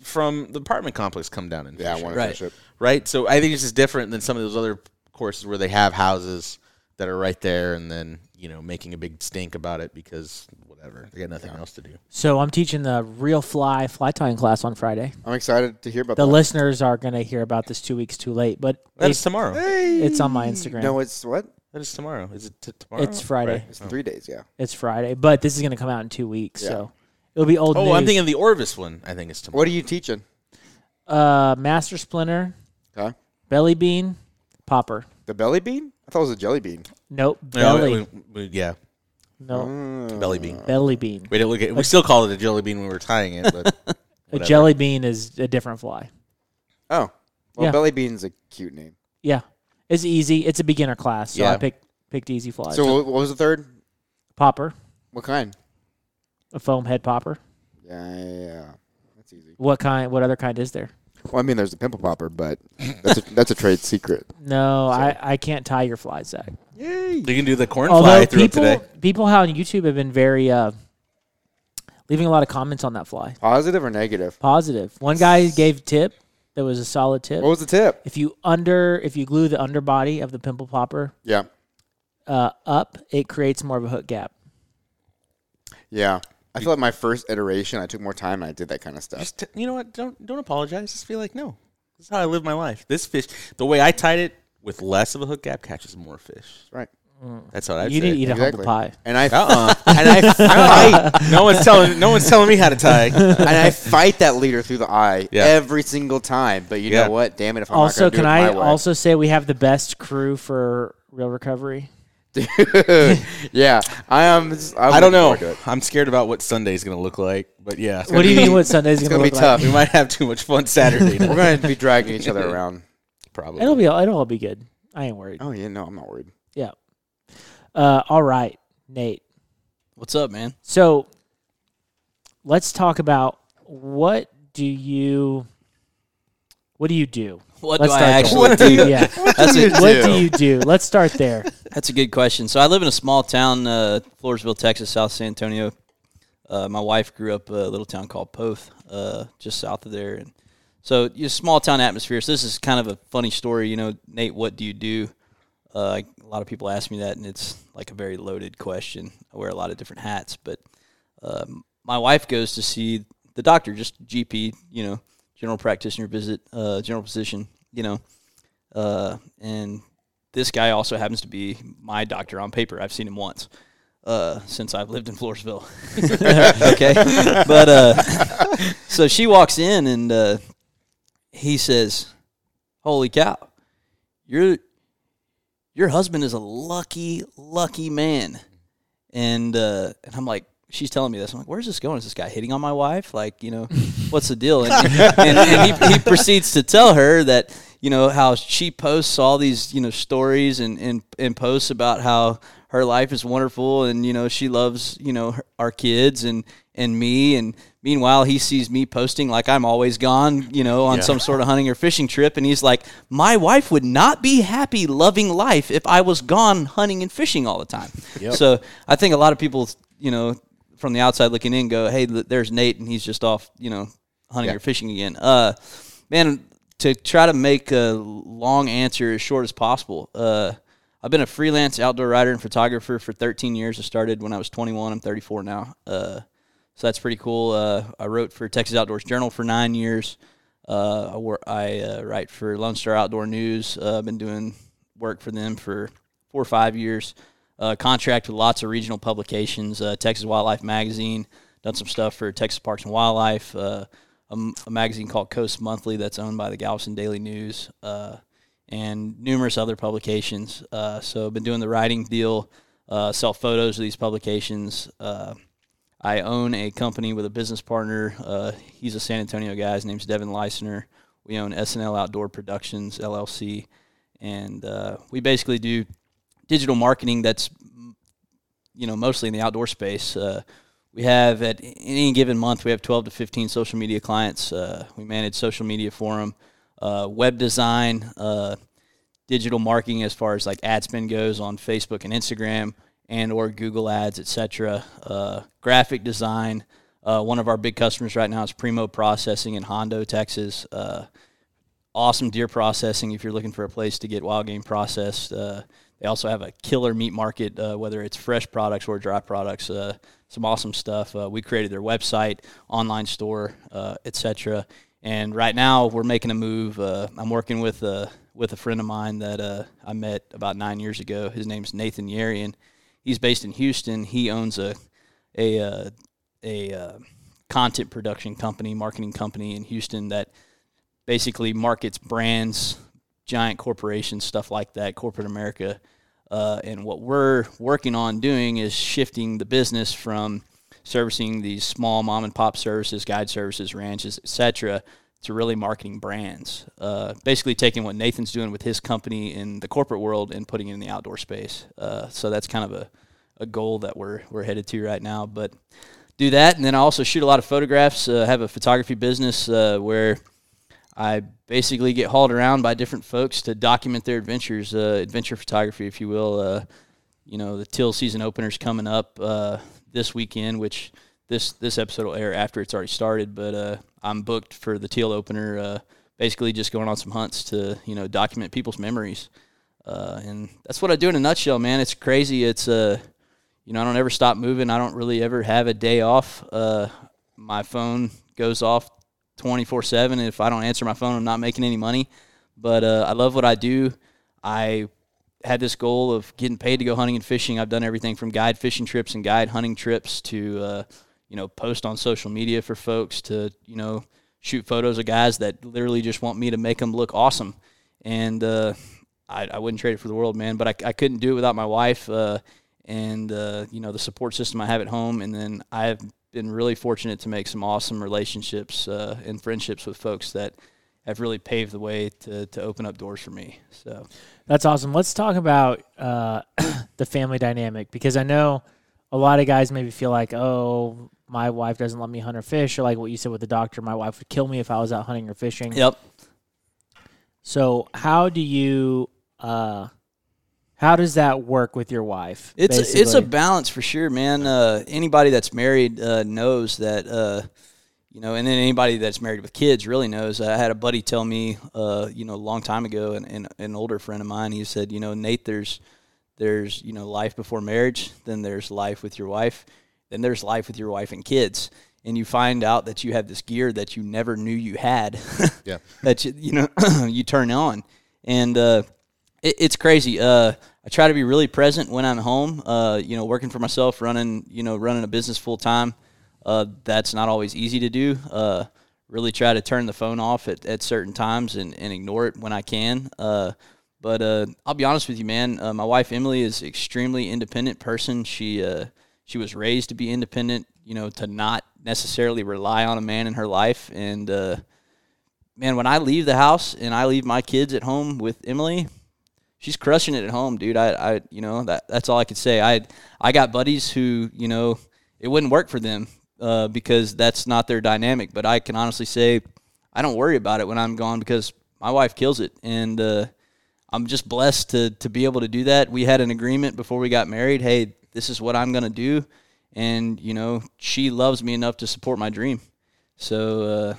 E: from the apartment complex come down and
C: Yeah, I
E: fish.
C: want
E: it.
C: to
D: Right.
C: finish it.
E: right? So I think it's just different than some of those other courses where they have houses that are right there, and then you know making a big stink about it because whatever they got nothing else to do.
B: so I'm teaching the real fly fly tying class on Friday.
C: I'm excited to hear about
B: The
C: that.
B: listeners are going to hear about this two weeks too late, but
E: That
B: it's,
E: is tomorrow.
B: it's on my Instagram.
C: No, it's what?
E: That is tomorrow. Is it t- tomorrow?
B: it's Friday.
C: It's in three days. Yeah.
B: It's Friday, but this is going to come out in two weeks,
C: Yeah.
B: so it'll be old
E: Oh,
B: news.
E: I'm thinking the Orvis one. I think it's tomorrow.
C: What are you teaching?
B: uh, master splinter,
C: Okay.
B: belly bean, popper.
C: The belly bean? I thought it was a jelly bean.
B: Nope,
E: No, Mm,
B: belly.
E: we- we- yeah,
B: no,
E: belly bean.
B: belly bean.
E: We didn't look at. We still call it a jelly bean when we were tying it, but
B: A jelly bean is a different fly.
C: Oh, well,
B: Yeah.
C: belly bean's a cute name.
B: Yeah, it's easy. It's a beginner class, so I
E: Yeah.
B: picked picked easy fly.
C: So what what was the third?
B: popper,
C: What kind?
B: a foam head popper.
C: Yeah, yeah, that's easy.
B: What kind? What other kind is there?
C: Well, I mean, there's the pimple popper, but that's a, that's a trade secret.
B: No, I, I can't tie your flies, Zach.
E: You can do the corn fly
B: Although
E: through
B: people
E: today.
B: people how on YouTube have been very uh, leaving a lot of comments on that fly.
C: Positive or negative?
B: Positive. One guy gave tip that was a solid tip.
C: What was the tip?
B: If you under if you glue the underbody of the pimple popper
C: Yeah,
B: uh, up, it creates more of a hook gap.
C: yeah. I feel like my first iteration, I took more time and I did that kind of stuff.
E: Just t- you know what? Don't don't apologize. Just feel like no. This is how I live my life. This fish, the way I tied it with less of a hook gap, catches more fish.
C: Right.
E: That's what I.
B: you
E: say.
B: need to eat a humble
C: Exactly.
B: pie.
C: And I
E: Uh-uh. and I fight. No one's telling. No one's telling me how to tie.
C: and I fight that leader through the eye
E: Yeah.
C: every single time. But you
E: Yeah.
C: know what? Damn it! If I'm
B: Also,
C: not
B: can
C: gonna do
B: I
C: it my way.
B: also say we have the best crew for real recovery?
C: yeah, I am. I'm
E: I
C: looking
E: don't know.
C: forward to it.
E: I'm scared about what Sunday's going to look like. But yeah,
B: What do you
C: be-
B: mean? What Sunday's
C: It's
B: gonna,
C: gonna be
B: look like?
C: tough.
E: we might have too much fun Saturday.
C: We're gonna be dragging each other around.
E: probably.
B: It'll be it'll all be good. I ain't worried.
C: Oh yeah, no, I'm not worried.
B: Yeah. Uh, all right, Nate.
D: What's up, man?
B: So let's talk about what do you what do you do?
D: What
B: Let's
D: do I
B: start there.
D: actually do?
B: Yeah.
D: That's a,
B: What do you do? Let's start there.
D: That's a good question. So I live in a small town, uh, Floresville, Texas, South San Antonio. Uh, my wife grew up in a little town called Poth, uh, just south of there, and so you know, small town atmosphere. So this is kind of a funny story, you know, Nate. What do you do? Uh, a lot of people ask me that, and it's like a very loaded question. I wear a lot of different hats, but um, my wife goes to see the doctor, just GP, you know, general practitioner visit, uh, general physician, you know, uh, and this guy also happens to be my doctor on paper. I've seen him once uh, since I've lived in Floresville. okay, but uh, so she walks in and uh, he says, "Holy cow, your your husband is a lucky, lucky man." And uh, and I'm like. She's telling me this. I'm like, "Where's this going? Is this guy hitting on my wife? Like, you know, what's the deal?" And, and, and he, he proceeds to tell her that you know how she posts all these you know stories and and, and posts about how her life is wonderful and you know she loves you know her, our kids and and me and meanwhile he sees me posting like i'm always gone you know on some sort of hunting or fishing trip and he's like my wife would not be happy loving life if i was gone hunting and fishing all the time so i think a lot of people you know from the outside looking in go hey th- there's nate and he's just off you know hunting or fishing again uh man to try to make a long answer as short as possible uh I've been a freelance outdoor writer and photographer for 13 years. I started when I was 21. I'm 34 now. Uh, so that's pretty cool. Uh, I wrote for Texas Outdoors Journal for nine years. Uh, I, wor- I uh, write for Lone Star Outdoor News. Uh, I've been doing work for them for four or five years. Uh, contract with lots of regional publications, uh, Texas Wildlife Magazine. Done some stuff for Texas Parks and Wildlife, uh, a, m- a magazine called Coast Monthly that's owned by the Galveston Daily News. Uh, and numerous other publications. Uh, so I've been doing the writing deal, uh, sell photos of these publications. Uh, I own a company with a business partner. Uh, he's a San Antonio guy. His name's Devin Leisner. We own SNL Outdoor Productions LLC, and uh, we basically do digital marketing that's you know mostly in the outdoor space. Uh, we have at any given month we have 12 to 15 social media clients. Uh, we manage social media for them, uh, web design, uh, digital marketing as far as like ad spend goes on Facebook and Instagram and or Google Ads, etc. Uh, graphic design. Uh, one of our big customers right now is Primo Processing in Hondo, Texas. Uh, awesome deer processing if you're looking for a place to get wild game processed. Uh, they also have a killer meat market, uh, whether it's fresh products or dry products. Uh, some awesome stuff. Uh, we created their website, online store, uh, etc. And right now we're making a move. Uh, I'm working with a with a friend of mine that uh, I met about nine years ago. His name's Nathan Yarian. He's based in Houston. He owns a a uh, a uh, content production company, marketing company in Houston that basically markets brands, giant corporations, stuff like that, corporate America. Uh, and what we're working on doing is shifting the business from servicing these small mom and pop services, guide services, ranches, etc., to really marketing brands. Uh, basically, taking what Nathan's doing with his company in the corporate world and putting it in the outdoor space. Uh, so that's kind of a, a goal that we're we're headed to right now. But do that, and then I also shoot a lot of photographs. Uh, have a photography business uh, where I basically get hauled around by different folks to document their adventures, uh, adventure photography, if you will. Uh, you know, the Till season opener's coming up uh, this weekend, which this this episode will air after it's already started. But uh, I'm booked for the Till opener. Uh, basically, just going on some hunts to you know document people's memories, uh, and that's what I do in a nutshell, man. It's crazy. It's uh, you know, I don't ever stop moving. I don't really ever have a day off. Uh, my phone goes off 24 7. If I don't answer my phone, I'm not making any money. But uh, I love what I do. I had this goal of getting paid to go hunting and fishing. I've done everything from guide fishing trips and guide hunting trips to, uh, you know, post on social media for folks to, you know, shoot photos of guys that literally just want me to make them look awesome. And uh, I, I wouldn't trade it for the world, man. But I, I couldn't do it without my wife. Uh, and uh, you know the support system I have at home, and then I've been really fortunate to make some awesome relationships uh, and friendships with folks that have really paved the way to, to open up doors for me. So
B: That's awesome. Let's talk about uh, the family dynamic because I know a lot of guys maybe feel like, oh, my wife doesn't let me hunt or fish, or like what you said with the doctor, my wife would kill me if I was out hunting or fishing.
D: yep,
B: So how do you, uh, how does that work with your wife?
D: it's a, it's a
B: basically?
D: balance for sure, man. Uh, anybody that's married uh, knows that. Uh, you know, and then anybody that's married with kids really knows. I had a buddy tell me, uh, you know, a long time ago, and an, an older friend of mine, he said, you know, Nate, there's, there's, you know, life before marriage, then there's life with your wife, then there's life with your wife and kids, and you find out that you have this gear that you never knew you had,
E: Yeah.
D: that you, you know, you turn on, and uh, it, it's crazy. Uh, I try to be really present when I'm home. Uh, you know, working for myself, running, you know, running a business full time. Uh, that's not always easy to do. Uh, really try to turn the phone off at, at certain times and, and ignore it when I can. Uh, but uh, I'll be honest with you, man. Uh, my wife Emily is extremely independent person. She uh, she was raised to be independent. You know, to not necessarily rely on a man in her life and. Uh, man, when I leave the house and I leave my kids at home with Emily, she's crushing it at home, dude. I, I, you know, that that's all I could say. I, I got buddies who, you know, it wouldn't work for them uh, because that's not their dynamic. But I can honestly say, I don't worry about it when I'm gone because my wife kills it, and uh, I'm just blessed to to be able to do that. We had an agreement before we got married. Hey, this is what I'm gonna do, and you know, she loves me enough to support my dream. So uh,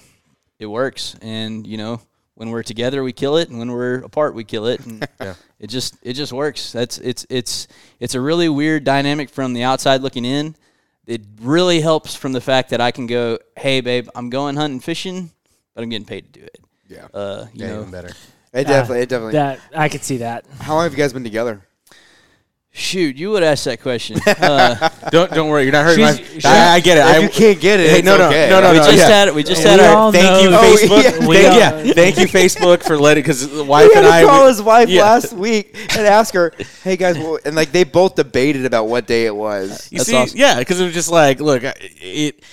D: it works. And you know, when we're together, we kill it, and when we're apart, we kill it. And It just it just works. That's it's it's it's a really weird dynamic from the outside looking in. It really helps from the fact that I can go, hey babe, I'm going hunting fishing, but I'm getting paid to do it.
C: Yeah.
D: Uh, you
E: Yeah,
D: know,
E: even better.
C: It definitely, it definitely.
B: Uh, that I could see that.
C: How long have you guys been together?
D: shoot, you would ask that question. Uh,
E: Don't don't worry. You're not hurting.
B: She's-
E: My, I, I get it.
C: If
E: I
C: you can't get it,
E: Hey,
C: it's
E: no, no,
C: okay.
E: no, no,
D: we
E: no.
D: just
E: yeah.
D: had we just
B: We
D: had
B: all
D: our
E: Thank you,
B: know-
E: Facebook.
B: we
E: Thank-
B: all-
E: yeah, thank you, Facebook, for letting because the
C: I
E: wife
C: had
E: and I.
C: to call
E: we-
C: his wife
E: Yeah.
C: last week and ask her, "Hey guys," well, and like they both debated about what day it was.
E: You
D: That's
E: see,
D: awesome.
E: yeah, because it was just like, look, I- it.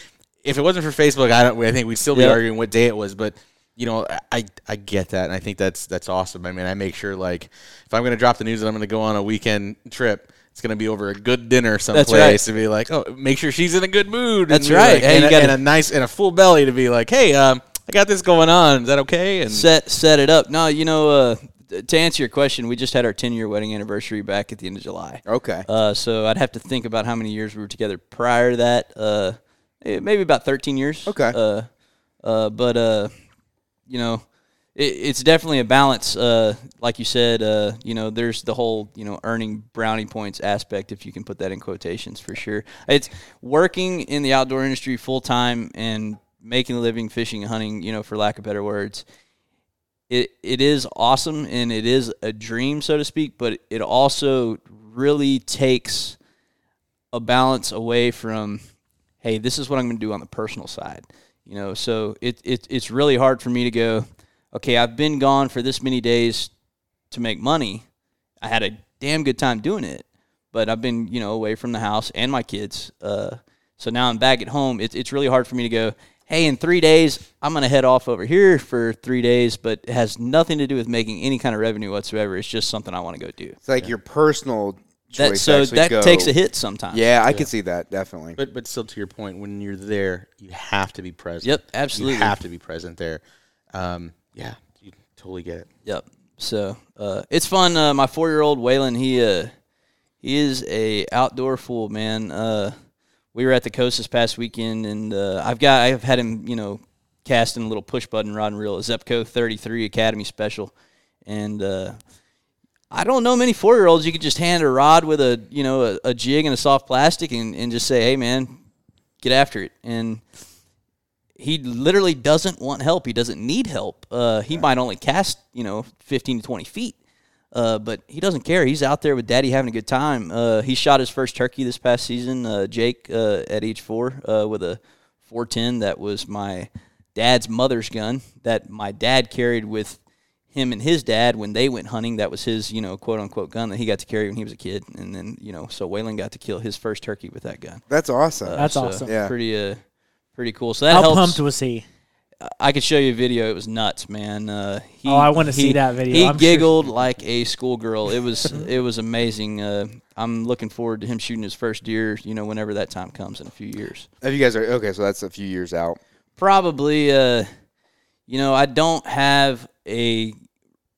E: If it wasn't for Facebook, I don't. I think we'd still be
D: Yeah.
E: arguing what day it was. But you know, I I get that, and I think that's that's awesome. I mean, I make sure like if I'm going to drop the news that I'm going to go on a weekend trip. It's gonna be over a good dinner someplace,
D: right.
E: and be like, "Oh, make sure she's in a good mood."
D: That's
E: and be
D: right.
E: like-
D: Hey,
E: and,
D: you
E: a-
D: gotta-
E: and a nice and a full belly to be like, "Hey, um, I got this going on. Is that okay?" And
D: set set it up. No, you know, uh, th- to answer your question, we just had our 10 year wedding anniversary back at the end of July.
C: Okay.
D: Uh, so I'd have to think about how many years we were together prior to that. Uh, eh, maybe about 13 years.
C: Okay.
D: Uh, uh, but uh, you know, it, it's definitely a balance. Uh, like you said, uh, you know, there's the whole you know earning brownie points aspect, if you can put that in quotations for sure. It's working in the outdoor industry full time and making a living fishing and hunting. You know, for lack of better words. It, it is awesome and it is a dream, so to speak, but it also really takes a balance away from hey this is what i'm going to do on the personal side you know so it, it it's really hard for me to go okay i've been gone for this many days to make money i had a damn good time doing it but i've been you know away from the house and my kids uh, so now i'm back at home it's, it's really hard for me to go hey, in three days, I'm going to head off over here for three days, but it has nothing to do with making any kind of revenue whatsoever. It's just something I want to go do.
C: It's like your personal choice.
D: That,
C: to
D: so
C: actually
D: that
C: go.
D: takes a hit sometimes.
C: Yeah, I can see that definitely.
E: But but still, to your point, when you're there, you have to be present.
D: Yep, absolutely.
E: You have to be present there. Um, yeah, you totally get it.
D: Yep. So uh, it's fun. Uh, my four year old Waylon, he uh, he is a outdoor fool, man. Uh, we were at the coast this past weekend, and uh, I've got I've had him, you know, casting a little push button rod and reel, a Zepco thirty three Academy special, and uh, I don't know many four year olds you could just hand a rod with a you know a, a jig and a soft plastic and, and just say, hey man, get after it and he literally doesn't want help. He doesn't need help. Uh, he might only cast, you know, 15 to 20 feet, uh, but he doesn't care. He's out there with daddy having a good time. Uh, he shot his first turkey this past season, uh, Jake, uh, at age four uh, with a 410 that was my dad's mother's gun that my dad carried with him and his dad when they went hunting. That was his, you know, quote unquote gun that he got to carry when he was a kid. And then, you know, so Waylon got to kill his first turkey with that gun.
C: That's awesome.
B: That's
D: So,
B: awesome.
C: Yeah.
D: Pretty, uh, pretty cool. So that
B: How
D: helps.
B: pumped was he?
D: I could show you a video. It was nuts, man. Uh, he,
B: Oh, I wanna see
D: he-
B: that video.
D: He
B: I'm sure-
D: giggled like a schoolgirl. It was it was amazing. Uh, I'm looking forward to him shooting his first deer. You know, whenever that time comes in a few years,
C: If you guys are okay, so that's a few years out.
D: probably. Uh, you know, I don't have a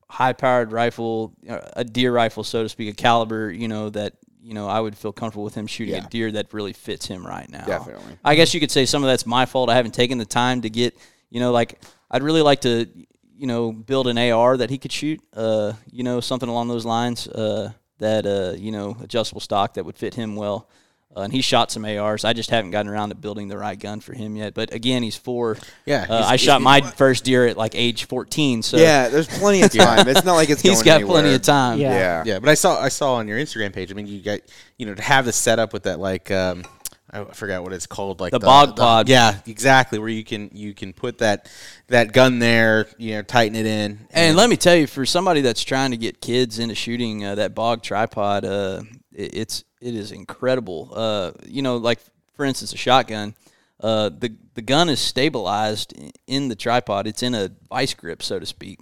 D: high-powered rifle, uh, a deer rifle, so to speak, a caliber. You know that you know I would feel comfortable with him shooting
C: Yeah.
D: a deer that really fits him right now.
C: Definitely.
D: I guess you could say some of that's my fault. I haven't taken the time to get, you know, like I'd really like to, you know, build an AR that he could shoot, uh, you know, something along those lines, uh, that, uh, you know, adjustable stock that would fit him well. Uh, and he shot some ARs. I just haven't gotten around to building the right gun for him yet. But again, he's four.
E: Yeah,
D: Uh,
E: he's-
D: I shot my first deer at like age 14. So
C: yeah, there's plenty of time. It's not like it's
D: he's
C: going
D: got
C: anywhere.
D: plenty of time.
B: Yeah.
C: Yeah.
E: Yeah, but I saw I saw on your Instagram page. I mean, you got you know to have the setup with that like um, I forgot what it's called, like
D: The bog pod.
E: Yeah, exactly. Where you can you can put that that gun there, you know, tighten it in.
D: And let me tell you, for somebody that's trying to get kids into shooting uh, that bog tripod, uh, it, it's it is incredible. Uh, you know, like for instance, a shotgun, uh, the the gun is stabilized i- in the tripod. It's in a vice grip, so to speak,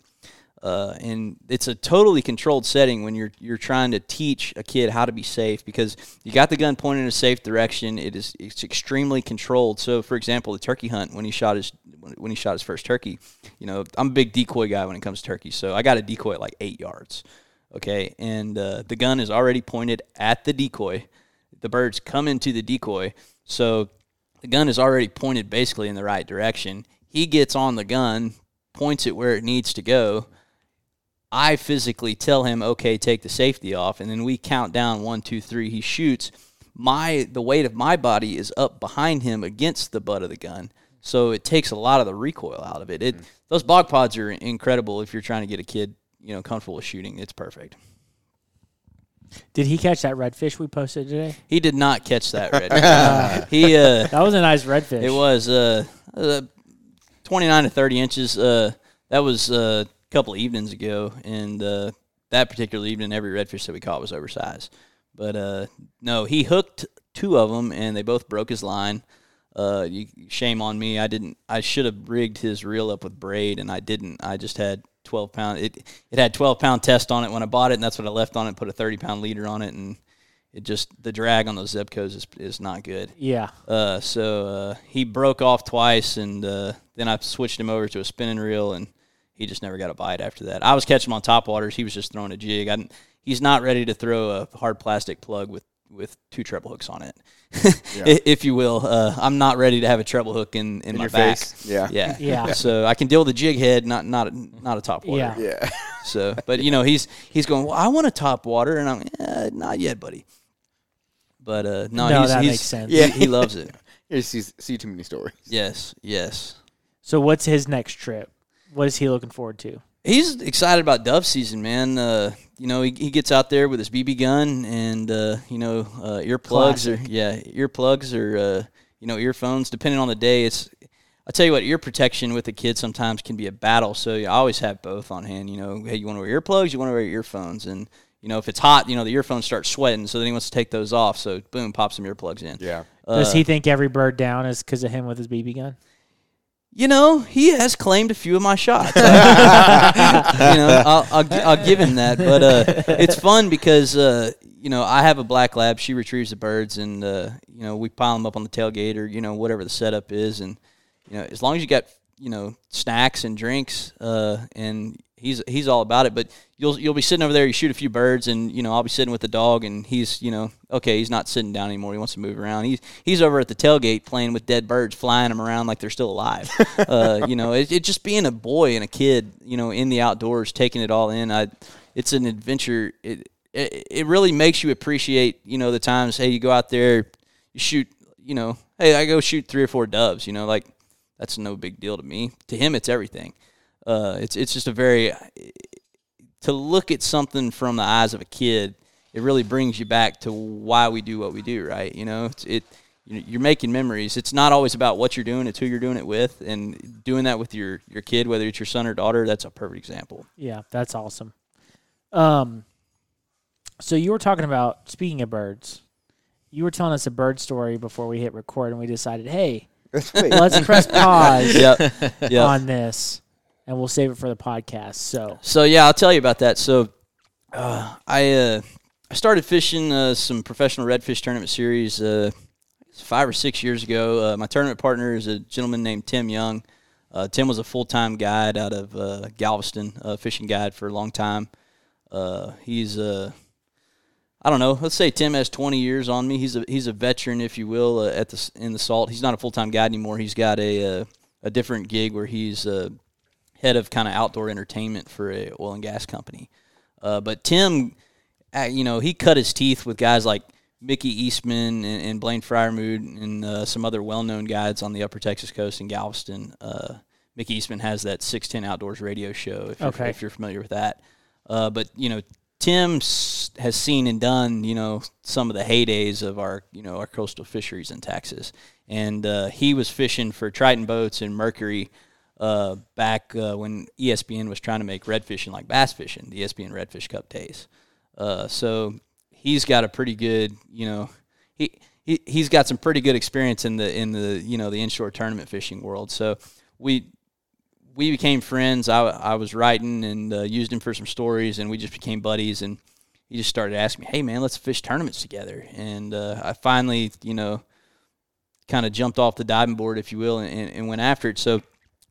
D: uh, and it's a totally controlled setting when you're you're trying to teach a kid how to be safe because you got the gun pointed in a safe direction. It is it's extremely controlled. So, for example, the turkey hunt when he shot his when when he shot his first turkey, you know, I'm a big decoy guy when it comes to turkey. So I got a decoy at like eight yards, okay, and uh, the gun is already pointed at the decoy. The birds come into the decoy, so the gun is already pointed basically in the right direction. He gets on the gun, points it where it needs to go. I physically tell him, okay, take the safety off, and then we count down one, two, three. He shoots. My the weight of my body is up behind him against the butt of the gun, so it takes a lot of the recoil out of it. It those bog pods are incredible if you're trying to get a kid, you know, comfortable with shooting. It's perfect.
B: Did he catch that redfish we posted today?
D: He did not catch that red. he uh,
B: That was a nice redfish.
D: It was uh, uh, 29 to 30 inches. Uh, that was uh, a couple of evenings ago, and uh, that particular evening, every redfish that we caught was oversized. But uh, no, he hooked two of them, and they both broke his line. Uh, you, shame on me. I didn't. I should have rigged his reel up with braid, and I didn't. I just had 12 pound. It it had 12 pound test on it when I bought it, and that's what I left on it. Put a 30 pound leader on it, and it just the drag on those Zebcos is is not good.
B: Yeah.
D: Uh, so uh, he broke off twice, and uh, then I switched him over to a spinning reel, and he just never got a bite after that. I was catching him on top waters. He was just throwing a jig. I, didn't- he's not ready to throw a hard plastic plug with, with two treble hooks on it, i- if you will. Uh, I'm not ready to have a treble hook in, in, my
C: your
D: back.
C: face? Yeah.
D: yeah,
B: Yeah.
D: So I can deal with a jig head, not not not a top water.
B: Yeah.
C: Yeah.
D: So, but you know, he's he's going. Well, I want a top water, and I'm eh, not yet, buddy. But uh, no,
B: No,
D: he's,
B: that
D: he's-
B: makes sense.
D: he-
C: Yeah.
D: he loves it.
C: You see, see too many stories.
D: Yes, yes.
B: So what's his next trip? What is he looking forward to?
D: He's excited about dove season, man. Uh, you know, he, he gets out there with his BB gun and uh, you know uh, earplugs or yeah, earplugs or uh, you know earphones. Depending on the day, it's I tell you what, ear protection with a kid sometimes can be a battle. So you always have both on hand. You know, hey, you want to wear earplugs, you want to wear earphones, and you know if it's hot, you know the earphones start sweating, so then he wants to take those off. So boom, pop some earplugs in.
C: Yeah.
B: Does he think every bird down is because of him with his BB gun?
D: you know, he has claimed a few of my shots. you know, I'll, I'll, gi- I'll give him that. But uh, it's fun because, uh, you know, I have a black lab. She retrieves the birds and, uh, you know, we pile them up on the tailgate or, you know, whatever the setup is. And, you know, as long as you got, you know, snacks and drinks uh, and he's he's all about it. But you'll you'll be sitting over there, you shoot a few birds, and you know I'll be sitting with the dog, and he's you know okay, he's not sitting down anymore. He wants to move around. He's he's over at the tailgate playing with dead birds, flying them around like they're still alive. uh, you know, it, it just being a boy and a kid, you know, in the outdoors, taking it all in. I, it's an adventure. It it, it really makes you appreciate you know the times. Hey, you go out there, you shoot. You know, hey, I go shoot three or four doves. You know, like that's no big deal to me. To him, it's everything uh, it's it's just a very to look at something from the eyes of a kid. It really brings you back to why we do what we do, right? You know, it's, it you- you're making memories. It's not always about what you're doing; it's who you're doing it with, and doing that with your your kid, whether it's your son or daughter. That's a perfect example.
B: Yeah, that's awesome. Um, so you were talking about speaking of birds, you were telling us a bird story before we hit record, and we decided, hey, let's press pause
D: Yep, yep.
B: on this, and we'll save it for the podcast. So
D: So yeah, I'll tell you about that. So uh, I uh, I started fishing uh, some professional redfish tournament series uh, I guess five or six years ago. Uh, my tournament partner is a gentleman named Tim Young. Uh, Tim was a full time guide out of uh, Galveston, uh, fishing guide for a long time. Uh, he's uh, I don't know. Let's say Tim has 20 years on me. He's a he's a veteran, if you will, uh, at the s- in the salt. He's not a full time guy anymore. He's got a uh, a different gig where he's uh, head of kind of outdoor entertainment for a oil and gas company. Uh, but Tim, uh, you know, he cut his teeth with guys like Mickey Eastman and, and Blaine Fryermood and uh, some other well-known guides on the Upper Texas coast in Galveston. Uh, Mickey Eastman has that 610 Outdoors radio show. If you're,
B: Okay.
D: if you're familiar with that, uh, but you know, Tim s- has seen and done you know some of the heydays of our you know our coastal fisheries in Texas, and uh, he was fishing for Triton boats and Mercury uh, back uh, when ESPN was trying to make red fishing like bass fishing, the E ESPN Redfish Cup days. Uh, so he's got a pretty good, you know, he. He, he's got some pretty good experience in the in the you know the inshore tournament fishing world. So we we became friends. I, I was writing and uh, used him for some stories, and we just became buddies. And he just started asking me, "Hey, man, let's fish tournaments together." And uh, I finally, you know, kind of jumped off the diving board, if you will, and, and, and went after it. So,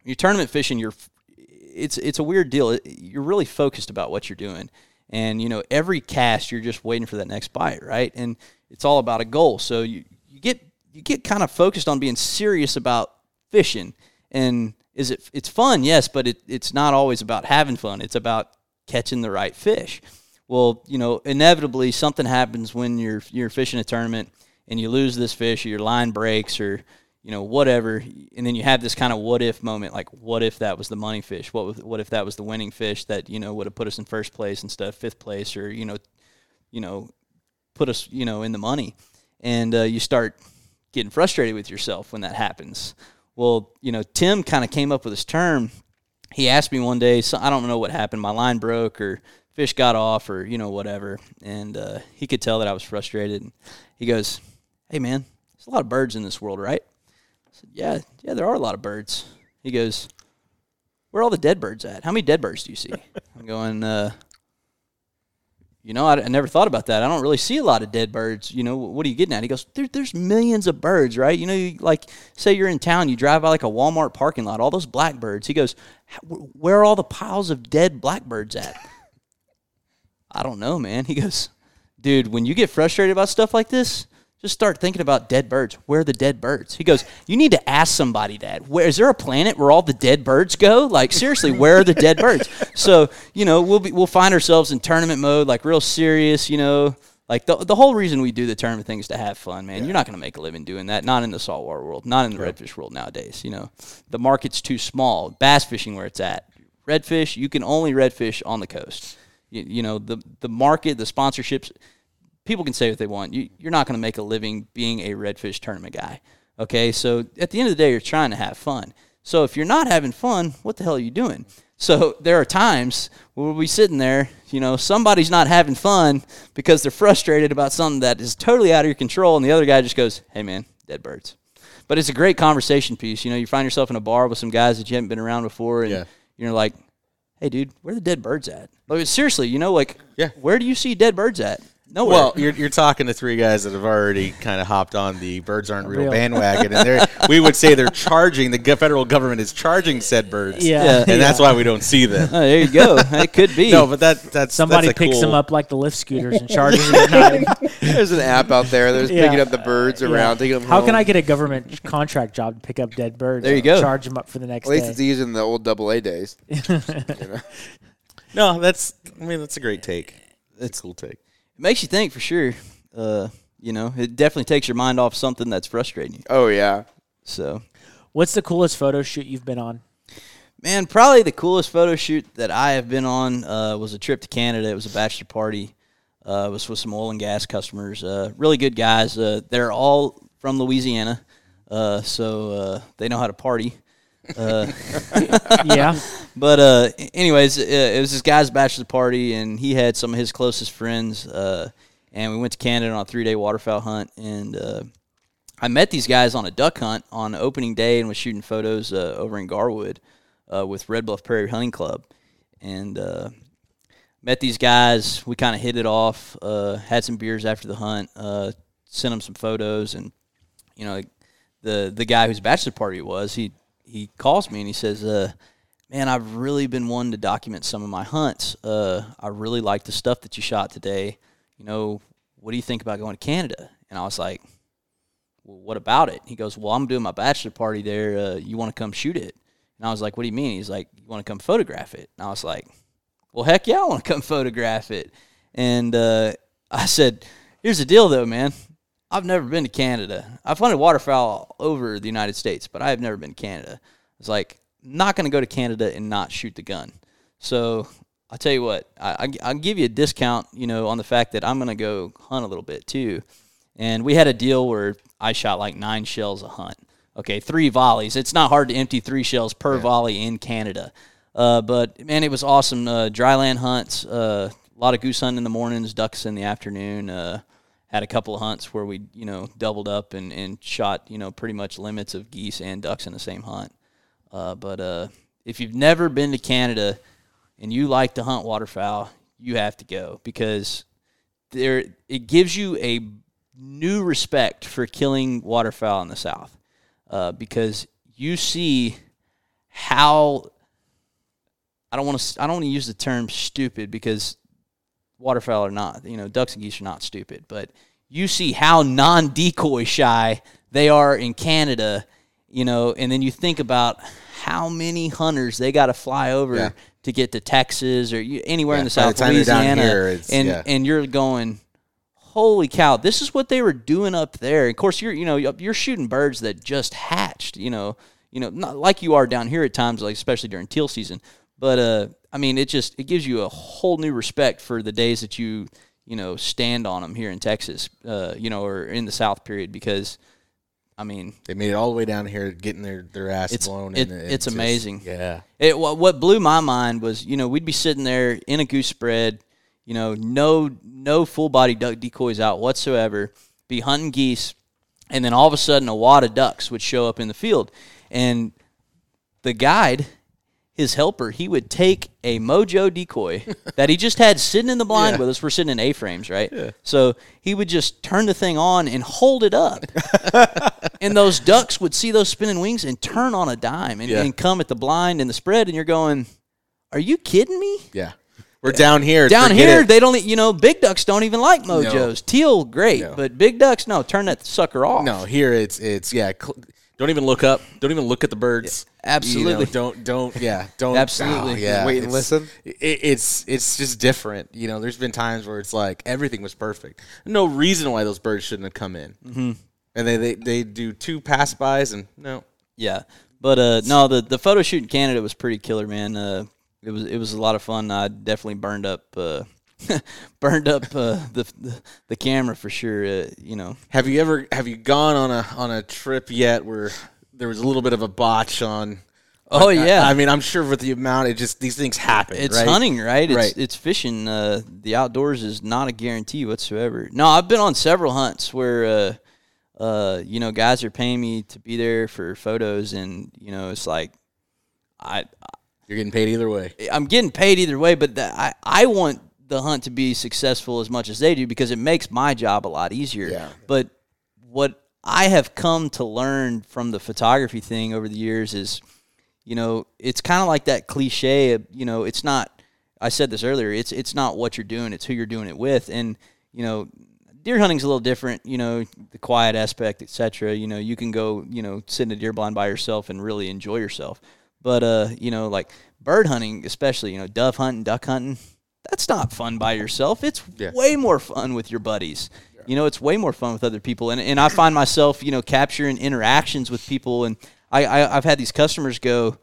D: your tournament fishing, you're f- it's it's a weird deal. It- You're really focused about what you're doing, and you know every cast you're just waiting for that next bite, right? And it's all about a goal. So you you get you get kind of focused on being serious about fishing, and is it it's fun, yes, but it, it's not always about having fun. It's about catching the right fish. Well, you know, inevitably something happens when you're you're fishing a tournament and you lose this fish or your line breaks or you know whatever and then you have this kind of what if moment like what if that was the money fish what was- what if that was the winning fish that you know would have put us in first place instead of fifth place or you know you know put us you know in the money and uh, you start getting frustrated with yourself when that happens well you know tim kind of came up with this term he asked me one day so i don't know what happened my line broke or fish got off or you know whatever and uh, he could tell that i was frustrated and he goes hey man there's a lot of birds in this world right I said, yeah yeah there are a lot of birds he goes where are all the dead birds at how many dead birds do you see i'm going uh, you know, I, I never thought about that. I don't really see a lot of dead birds. You know, what are you getting at? He goes, there, there's millions of birds, right? You know, you, like, say you're in town, you drive by like a Walmart parking lot, all those blackbirds. He goes, "How- wh- where are all the piles of dead blackbirds at? I don't know, man. He goes, dude, when you get frustrated about stuff like this, just start thinking about dead birds. Where are the dead birds? He goes, you need to ask somebody that. Where is there a planet where all the dead birds go? Like seriously, where are the dead birds? So you know, we'll be we'll find ourselves in tournament mode, like real serious. You know, like the the whole reason we do the tournament thing is to have fun, man. You're not going to make a living doing that. Not in the saltwater world. Not in the redfish world nowadays. You know, the market's too small. Bass fishing where it's at. Redfish, you can only redfish on the coast. You, you know, the the market, the sponsorships people can say what they want. You, you're not going to make a living being a redfish tournament guy. Okay, so at the end of the day, you're trying to have fun. So if you're not having fun, what the hell are you doing? So there are times where we'll be sitting there, you know, somebody's not having fun because they're frustrated about something that is totally out of your control, and the other guy just goes, "Hey man, dead birds." But it's a great conversation piece. You know, you find yourself in a bar with some guys that you haven't been around before, and
E: Yeah.
D: you're like, "Hey, dude, where are the dead birds at?" Like, seriously, you know, like,
E: Yeah.
D: where do you see dead birds at? Nowhere.
E: Well, you're, you're talking to three guys that have already kind of hopped on the birds aren't real,
B: Real.
E: bandwagon, and they're we would say they're charging. The go- federal government is charging said birds.
B: Yeah.
D: Yeah.
E: and that's why we don't see them.
D: Oh, there you go. it could be.
E: No, but that that's
B: Somebody
E: that's a
B: picks
E: cool,
B: them up like the lift scooters and charges them. at night.
C: There's an app out there that's
B: Yeah.
C: picking up the birds around, taking them
B: How
C: home.
B: can I get a government contract job to pick up dead birds?
D: There you
B: and
D: go.
B: Charge them up for the next
C: At least
B: day.
C: it's easier than the old double A days.
E: No, that's I mean that's a great take. It's a cool take.
D: it makes you think for sure. Uh, you know, it definitely takes your mind off something that's frustrating you.
C: Oh yeah,
D: So,
C: e-
B: What's the coolest photo shoot you've been on?
D: man, probably the coolest photo shoot that I have been on uh, was a trip to Canada. It was a bachelor party. Uh, it was with some oil and gas customers. Uh, really good guys. Uh, they're all from Louisiana, uh, so uh, they know how to party.
B: Yeah,
D: But uh, anyways, uh, it was this guy's bachelor party, and he had some of his closest friends, uh, and we went to Canada on a three-day waterfowl hunt, and uh, I met these guys on a duck hunt on opening day, and was shooting photos uh, over in Garwood uh, with Red Bluff Prairie Hunting Club, and uh, met these guys. We kind of hit it off. Uh, had some beers after the hunt. Uh, sent them some photos, and you know, the the guy whose bachelor party it was, he he calls me and he says, uh, "Man, I've really been wanting to document some of my hunts. Uh, I really like the stuff that you shot today. You know, what do you think about going to Canada?" And I was like, "Well, what about it?" He goes, "Well, I'm doing my bachelor party there. Uh, you want to come shoot it?" And I was like, "What do you mean?" He's like, "You want to come photograph it?" And I was like, well, heck yeah, I want to come photograph it. And uh, I said, here's the deal, though, man. I've never been to Canada. I've hunted waterfowl all over the United States, but I have never been to Canada. It's like, not going to go to Canada and not shoot the gun. So I'll tell you what, I, I, I'll give you a discount, you know, on the fact that I'm going to go hunt a little bit too. And we had a deal where I shot like nine shells a hunt. Okay, three volleys. It's not hard to empty three shells per volley in Canada. Uh, but man, it was awesome. Uh, dry land hunts, uh, a lot of goose hunting in the mornings, ducks in the afternoon. Uh, had a couple of hunts where we, you know, doubled up and, and shot, you know, pretty much limits of geese and ducks in the same hunt. Uh, but uh, if you've never been to Canada and you like to hunt waterfowl, you have to go because there it gives you a new respect for killing waterfowl in the South uh, because you see how I don't want to I don't want to use the term stupid because waterfowl are not you know ducks and geese are not stupid but you see how non decoy shy they are in Canada you know and then you think about how many hunters they got to fly over
E: Yeah.
D: to get to Texas or you, anywhere in
E: Yeah,
D: the
E: by the
D: South
E: time they're down
D: Louisiana
E: here, it's-
D: and
E: yeah.
D: and you're going holy cow this is what they were doing up there of course you're you know you're shooting birds that just hatched you know you know not like you are down here at times like especially during teal season but uh i mean it just it gives you a whole new respect for the days that you you know stand on them here in texas uh you know or in the south period because i mean
E: They made it all the way down here, getting their their ass
D: It's-
E: blown.
D: it-
E: and
D: it's amazing.
E: Yeah,
D: It, what, what blew my mind was, you know, we'd be sitting there in a goose spread, you know, no no full body duck decoys out whatsoever, be hunting geese, and then all of a sudden a wad of ducks would show up in the field, and the guide, his helper, he would take a mojo decoy that he just had sitting in the blind with us. We're sitting in A frames, right? So he would just turn the thing on and hold it up and those ducks would see those spinning wings and turn on a dime and,
E: Yeah.
D: and come at the blind and the spread and you're going are you kidding me
E: yeah. We're down here.
D: down
E: forget
D: here
E: it.
D: they don't e- you know big ducks don't even like mojos teal great but big ducks no turn that sucker off
E: No, here it's it's yeah. Cl- don't even look up. Don't even look at the birds. You know,
D: absolutely.
E: don't don't yeah. Don't
D: Absolutely.
E: oh, yeah.
C: Wait and
E: it's-
C: listen.
E: It, it's it's just different. You know, there's been times where it's like everything was perfect. No reason why those birds shouldn't have come in. Mm-hmm. And they, they they do two pass bys and no.
D: yeah but uh no the the photo shoot in canada was pretty killer man uh it was it was a lot of fun i definitely burned up uh burned up uh, the, the the camera for sure uh, you know
E: Have you ever have you gone on a on a trip yet where there was a little bit of a botch on?
D: Oh,
E: I-
D: yeah.
E: I, mean, I'm sure with the amount, it just these things happen.
D: It's
E: right?
D: hunting, right? It's,
E: Right.
D: it's fishing. Uh, the outdoors is not a guarantee whatsoever. No, I've been on several hunts where uh, uh, you know, guys are paying me to be there for photos, and you know, it's like I
E: You're getting paid either way.
D: I'm getting paid either way, but the, I I want the hunt to be successful as much as they do because it makes my job a lot easier.
C: Yeah.
D: But what I have come to learn from the photography thing over the years is, you know, it's kind of like that cliche. Of, you know, it's not. I said this earlier. It's it's not what you're doing. It's who you're doing it with. And you know, deer hunting's a little different. You know, the quiet aspect, etc. You know, you can go. You know, sit in a deer blind by yourself and really enjoy yourself. But uh, you know, like bird hunting, especially you know, dove hunting, duck hunting, that's not fun by yourself. It's
E: Yeah.
D: way more fun with your buddies. You know, it's way more fun with other people. And and I find myself, you know, capturing interactions with people. And I, I I've had these customers go,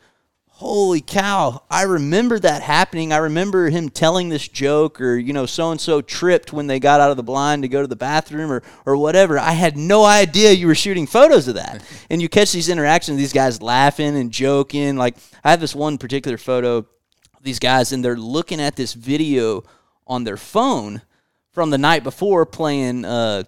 D: holy cow i remember that happening i remember him telling this joke or you know so and so tripped when they got out of the blind to go to the bathroom or or whatever i had no idea you were shooting photos of that and you catch these interactions these guys laughing and joking like i have this one particular photo of these guys and they're looking at this video on their phone from the night before playing uh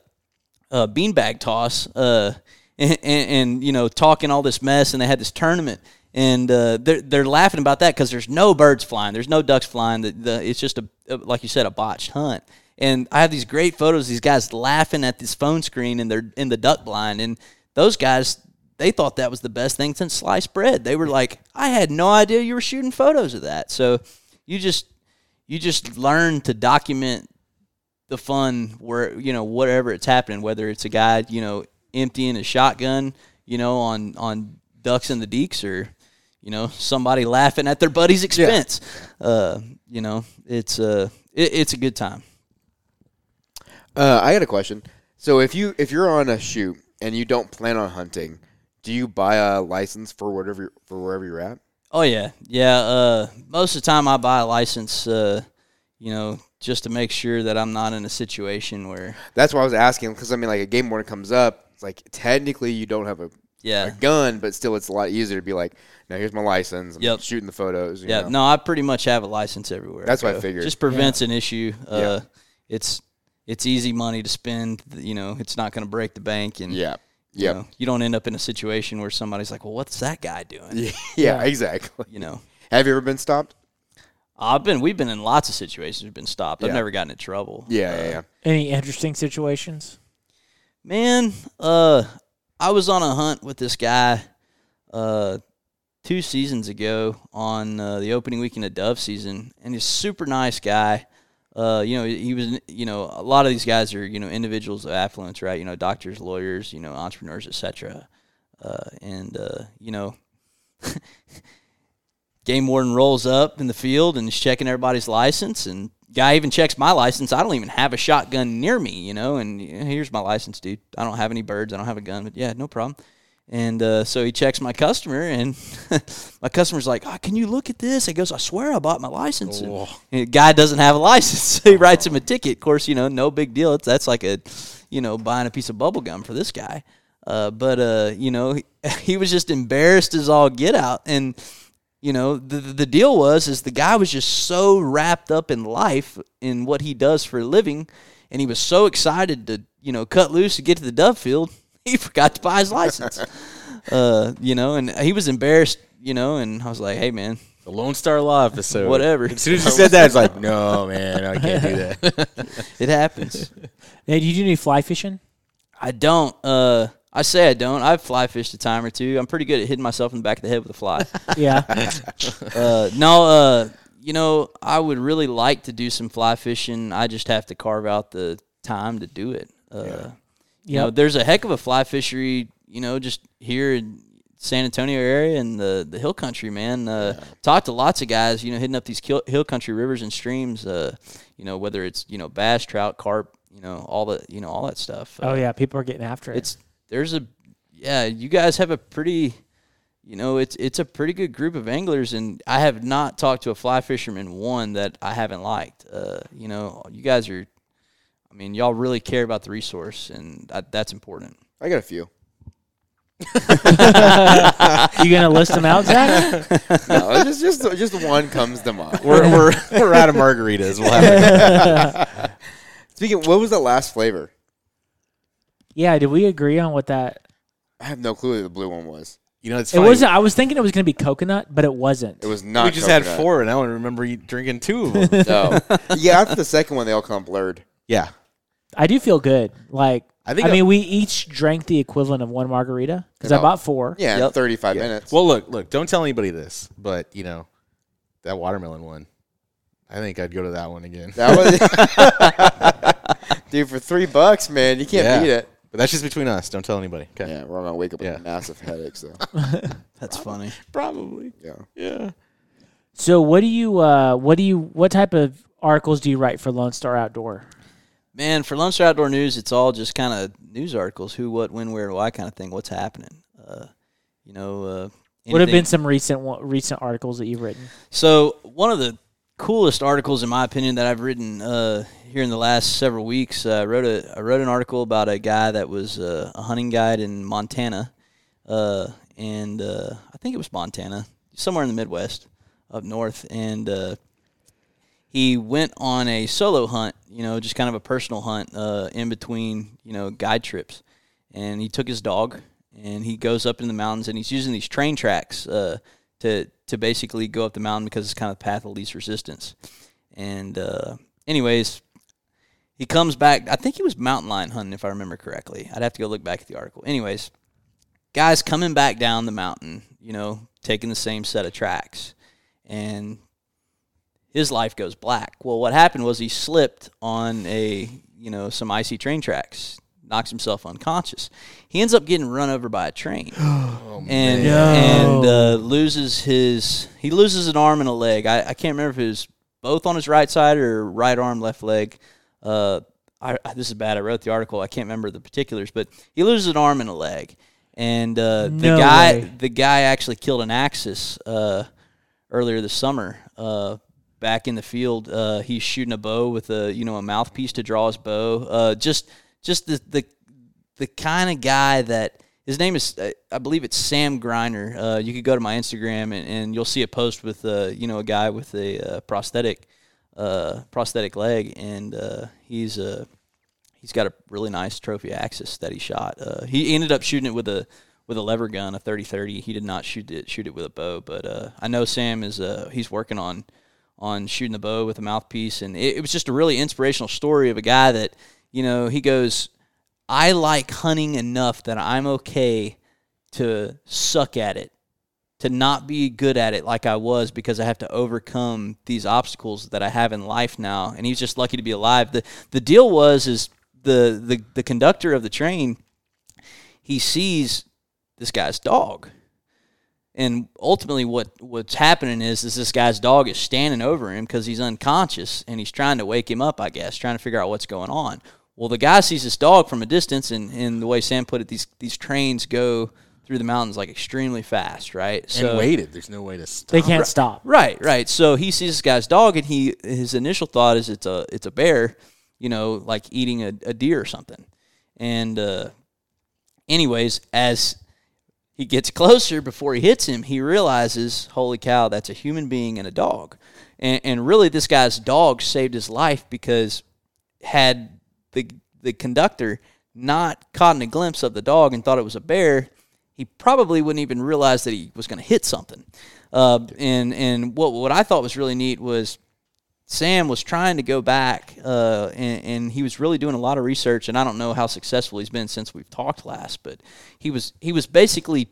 D: uh, beanbag toss, uh, and, and, and you know talking all this mess, and they had this tournament, and uh, they're they're laughing about that because there's no birds flying, there's no ducks flying, the, the, it's just a, a like you said a botched hunt. And I have these great photos, of these guys laughing at this phone screen, and they're in the duck blind, and those guys they thought that was the best thing since sliced bread. They were like, I had no idea you were shooting photos of that. So you just you just learn to document the fun where you know whatever it's happening whether it's a guy you know emptying his shotgun you know on on ducks and the deeks or you know somebody laughing at their buddy's expense uh you know it's uh it, it's a good time
C: Uh, I got a question. So if you if you're on a shoot and you don't plan on hunting, do you buy a license for whatever you're, for wherever you're at?
D: oh yeah yeah uh most of the time i buy a license uh you know just to make sure that i'm not in a situation where
C: That's why I was asking because I mean, like a game warden comes up, it's like technically you don't have a
D: yeah
C: a gun, but still it's a lot easier to be like, now here's my license. I'm
D: Yep.
C: shooting the photos. you
D: Yeah,
C: know.
D: no, I pretty much have a license everywhere.
C: That's what I
D: go.
C: figured.
D: Just prevents an issue. Uh, It's it's easy money to spend. You know, it's not going to break the bank, and
C: Yeah.
D: you,
C: Yep.
D: know, you don't end up in a situation where somebody's like, "Well, what's that guy doing?"
C: Yeah. Exactly.
D: You know,
C: Have you ever been stopped?
D: I've been we've been in lots of situations we've been stopped. I've
C: Yeah.
D: never gotten in trouble.
C: Yeah. yeah, yeah.
B: Any interesting situations?
D: Man, uh, I was on a hunt with this guy, uh, two seasons ago on uh, the opening weekend of dove season, and he's a super nice guy. Uh, you know, he he was, you know, a lot of these guys are, you know, individuals of affluence, right? You know, doctors, lawyers, you know, entrepreneurs, etc. Uh, and uh, you know, game warden rolls up in the field and is checking everybody's license and guy even checks my license i don't even have a shotgun near me you know and "Yeah, here's my license dude i don't have any birds i don't have a gun but yeah no problem and uh, so he checks my customer and my customer's like oh, can you look at this he goes i swear i bought my license And- and the guy doesn't have a license so he writes him a ticket of course you know no big deal it's, that's like a you know buying a piece of bubble gum for this guy uh, but uh, you know he, he was just embarrassed as all get out and you know the the deal was is the guy was just so wrapped up in life in what he does for a living and he was so excited to you know cut loose and get to the dove field he forgot to buy his license uh you know and he was embarrassed you know and i was like hey man
E: The Lone Star Law episode.
D: Whatever.
E: As soon as you said that, it's like, no, man, I can't do that.
D: it happens
B: Hey, do you do any fly fishing?
D: i don't uh I say I don't. I've fly fished a time or two. I'm pretty good at hitting myself in the back of the head with a fly.
B: Yeah.
D: uh, no, uh, you know, I would really like to do some fly fishing. I just have to carve out the time to do it. Uh, You know,
B: Yep.
D: there's a heck of a fly fishery, you know, just here in San Antonio area and the, the hill country, man. Uh, Talked to lots of guys, you know, hitting up these kill, hill country rivers and streams, uh, you know, whether it's, you know, bass, trout, carp, you know, all the, you know, all that stuff. Uh,
B: oh yeah, people are getting after it.
D: it's there's a yeah you guys have a pretty you know it's it's a pretty good group of anglers and i have not talked to a fly fisherman one that i haven't liked uh you know you guys are i mean y'all really care about the resource and that, that's important
C: I got a few.
B: you gonna list them out, Zach?
C: No, just just just one comes to mind.
E: we're, we're, we're out of margaritas. We'll have
C: Speaking, what was the last flavor?
B: Yeah, did we agree on what that?
C: I have no clue what the blue one was.
E: You know, it's
B: It
E: funny.
B: wasn't. I was thinking it was going to be coconut, but it wasn't.
C: It was not.
E: we just had
C: coconut.
E: four, and I only remember you drinking two of them.
C: No. yeah, after the second one, they all come blurred.
E: yeah,
B: I do feel good. Like I
E: I
B: think.
E: think
B: I
E: I-
B: mean, we each drank the equivalent of one margarita because I
C: No.
B: bought four.
C: Yeah,
D: Yep.
C: 35 minutes.
E: Well, look, look. Don't tell anybody this, but you know that watermelon one. I think I'd go to that one again.
C: that was Dude, for 3 bucks, man, you can't
E: Yeah.
C: beat it.
E: But that's just between us. Don't tell anybody. Okay.
C: Yeah, we're going to wake up with
E: Yeah.
C: massive headaches though.
D: That's funny.
E: Probably.
C: Yeah.
E: Yeah.
B: So what do you? Uh, what do you? What type of articles do you write for Lone Star Outdoor?
D: Man, for Lunch Outdoor News, it's all just kind of news articles who, what, when, where, why kind of thing, what's happening. Uh, you know, uh,
B: What have
D: anything-
B: been some recent one- recent articles that you've written?
D: So one of the coolest articles, in my opinion, that I've written uh, here in the last several weeks, uh, I wrote a I wrote an article about a guy that was uh, a hunting guide in Montana, uh, and uh, I think it was Montana, somewhere in the Midwest, up north, and uh, he went on a solo hunt, you know, just kind of a personal hunt uh, in between, you know, guide trips. And he took his dog and he goes up in the mountains and he's using these train tracks uh, to, to basically go up the mountain because it's kind of the path of least resistance. And, uh, anyways, he comes back. I think he was mountain lion hunting, if I remember correctly. I'd have to go look back at the article. Anyways, guys coming back down the mountain, you know, taking the same set of tracks. And his life goes black. Well, what happened was he slipped on a, you know, some icy train tracks, knocks himself unconscious. He ends up getting run over by a train. and and uh, loses his he loses an arm and a leg. I, I can't remember if it was both on his right side or right arm, left leg. Uh, I, I- this is bad. I wrote the article. I can't remember the particulars, but he loses an arm and a leg. And uh,
B: No
D: the guy
B: way.
D: the guy actually killed an axis uh, earlier this summer. Uh, back in the field, uh, he's shooting a bow with a you know a mouthpiece to draw his bow. Uh, just just the the the kind of guy that his name is uh, I believe it's Sam Griner. Uh, you could go to my Instagram and, and you'll see a post with uh, you know a guy with a uh, prosthetic uh, prosthetic leg, and uh, he's uh, he's got a really nice trophy axis that he shot. Uh, he ended up shooting it with a with a lever gun, a thirty thirty. He did not shoot it shoot it with a bow, but uh, I know Sam is uh, he's working on on shooting the bow with a mouthpiece, and it, it was just a really inspirational story of a guy that you know he goes, I like hunting enough that I'm okay to suck at it to not be good at it like I was because I have to overcome these obstacles that I have in life now. And he's just lucky to be alive. The the deal was is the the, the conductor of the train, he sees this guy's dog. And ultimately what what's happening is is this guy's dog is standing over him because he's unconscious and he's trying to wake him up, I guess, trying to figure out what's going on. Well, the guy sees this dog from a distance, and, and the way Sam put it, these these trains go through the mountains like extremely fast, right?
E: and waited. There's no way to stop.
B: They can't stop.
D: Right, right. So he sees this guy's dog, and he his initial thought is it's a it's a bear, you know, like eating a, a deer or something. And uh, anyways, as he gets closer before he hits him, he realizes, holy cow, that's a human being and a dog. And, and really, this guy's dog saved his life because had the the conductor not caught a glimpse of the dog and thought it was a bear, he probably wouldn't even realize that he was going to hit something. Uh, and and what what I thought was really neat was Sam was trying to go back, uh, and, and he was really doing a lot of research. And I don't know how successful he's been since we've talked last, but he was he was basically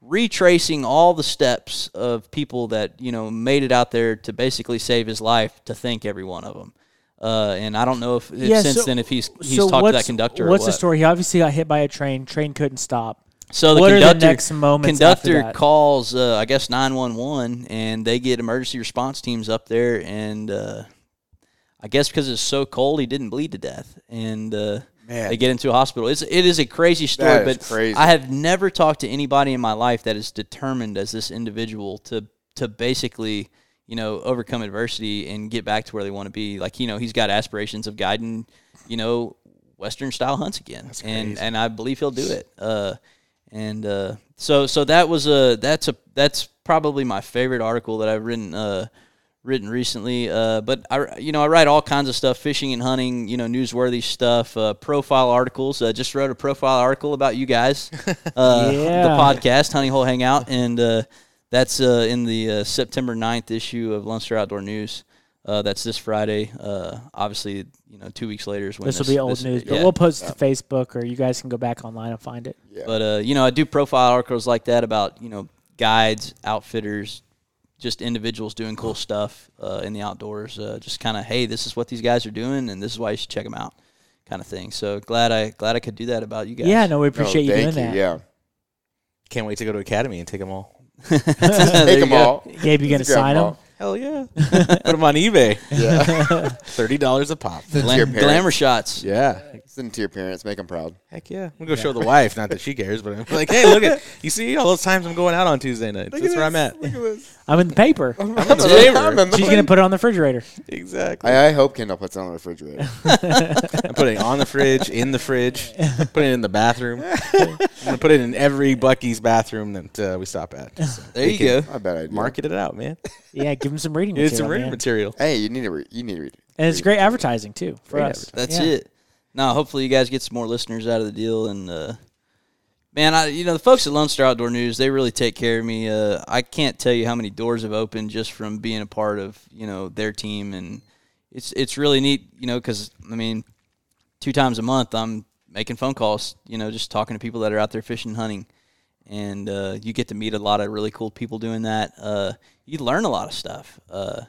D: retracing all the steps of people that you know made it out there to basically save his life. To thank every one of them. Uh, and I don't know if, if
B: Yeah,
D: since
B: so-
D: then if he's he's
B: so
D: talked to that
B: what's-
D: conductor.
B: What's
D: or
B: the
D: what.
B: story? He obviously got hit by a train. Train couldn't stop.
D: So the
B: What are the
D: conductor,
B: next moments after
D: conductor
B: that?
D: calls, uh, I guess nine one one, and they get emergency response teams up there, and uh, I guess because it's so cold, he didn't bleed to death, and uh,
C: Man.
D: they get into a hospital. It's it is a crazy story,
C: That is
D: but
C: crazy.
D: I have never talked to anybody in my life that is determined as this individual to to basically you know overcome adversity and get back to where they want to be. Like you know, he's got aspirations of guiding, you know. Western style hunts again, and and I believe he'll do it. Uh, and uh, so so that was a that's a that's probably my favorite article that I've written uh, written recently. Uh, but I, you know, I write all kinds of stuff, fishing and hunting. You know, newsworthy stuff, uh, profile articles. Uh, just wrote a profile article about you guys, uh,
B: Yeah.
D: the podcast, Hunting Hole Hangout, and uh, that's uh, in the uh, September 9th issue of Lunster Outdoor News. Uh, that's this Friday. Uh, obviously, you know, two weeks later is when
B: This will be old
D: this-
B: news, but
D: yeah.
B: we'll post it to Facebook or you guys can go back online and find it.
D: But uh, you know, I do profile articles like that about you know guides, outfitters, just individuals doing cool stuff uh, in the outdoors. Uh, just kind of, hey, this is what these guys are doing, and this is why you should check them out, kind of thing. So glad I glad I could do that about you guys.
B: Yeah, no, we appreciate you doing
C: thank
B: that.
C: Yeah,
E: Can't wait to go to academy and take them all.
C: take them all.
B: Gabe, you gonna
C: Let's grab
B: sign
C: 'em
B: them?
C: all.
E: Hell yeah. Put them on eBay.
C: Yeah,
E: Thirty dollars a pop.
C: Send it to your
D: Glam-
C: parents.
D: glamour shots.
E: Yeah.
C: Send it to your parents. Make them proud.
E: Heck yeah. I'm gonna go show the wife. Not that she cares, but I'm like, hey, look at you see all those times I'm going out on Tuesday nights. That's where I'm at.
B: I'm in the paper.
C: I'm in the
E: favor.
C: I'm in the
B: She's
C: favor.
B: gonna put it on the refrigerator.
E: Exactly.
C: I, I hope Kendall puts it on the refrigerator.
E: I'm putting it on the fridge, in the fridge, putting it in the bathroom. I'm gonna put it in every Bucky's bathroom that uh, we stop at. So
D: There you go.
C: I bet I do.
E: market it out, man.
B: Yeah, give him some reading material.
E: It's some reading
B: man.
E: material.
C: Hey, you need to read. You need to read.
B: And it's great advertising too for
E: Great
B: us.
D: That's
B: Yeah.
D: it. Now, hopefully, you guys get some more listeners out of the deal. And uh, man, I you know the folks at Lone Star Outdoor News, they really take care of me. Uh, I can't tell you how many doors have opened just from being a part of you know their team, and it's it's really neat. You know, because I mean, two times a month, I'm making phone calls. You know, just talking to people that are out there fishing and hunting. And uh, you get to meet a lot of really cool people doing that. Uh, you learn a lot of stuff. Uh,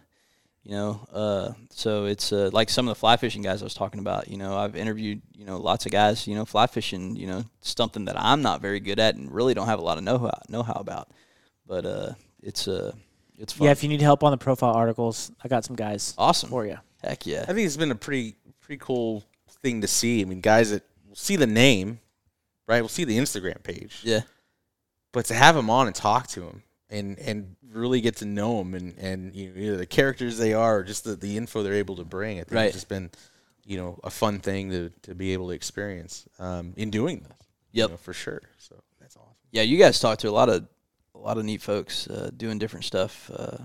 D: you know uh, so it's uh, like some of the fly fishing guys i was talking about you know i've interviewed you know lots of guys you know fly fishing you know something that i'm not very good at and really don't have a lot of know-how, know-how about but uh, it's uh, it's fun.
B: Yeah, if you need help on the profile articles, I got some guys
D: awesome
B: for you.
D: heck yeah
E: I think it's been a pretty pretty cool thing to see. I mean, guys that will see the name, right? We'll see the Instagram page,
D: yeah
E: but to have them on and talk to them and and really get to know them and and you know, either the characters they are or just the, the info they're able to bring. I think
D: Right.
E: it's just been you know a fun thing to to be able to experience um, in doing this. you
D: Yep.
E: know, for sure. So that's awesome.
D: yeah you guys talk to a lot of a lot of neat folks uh, doing different stuff uh,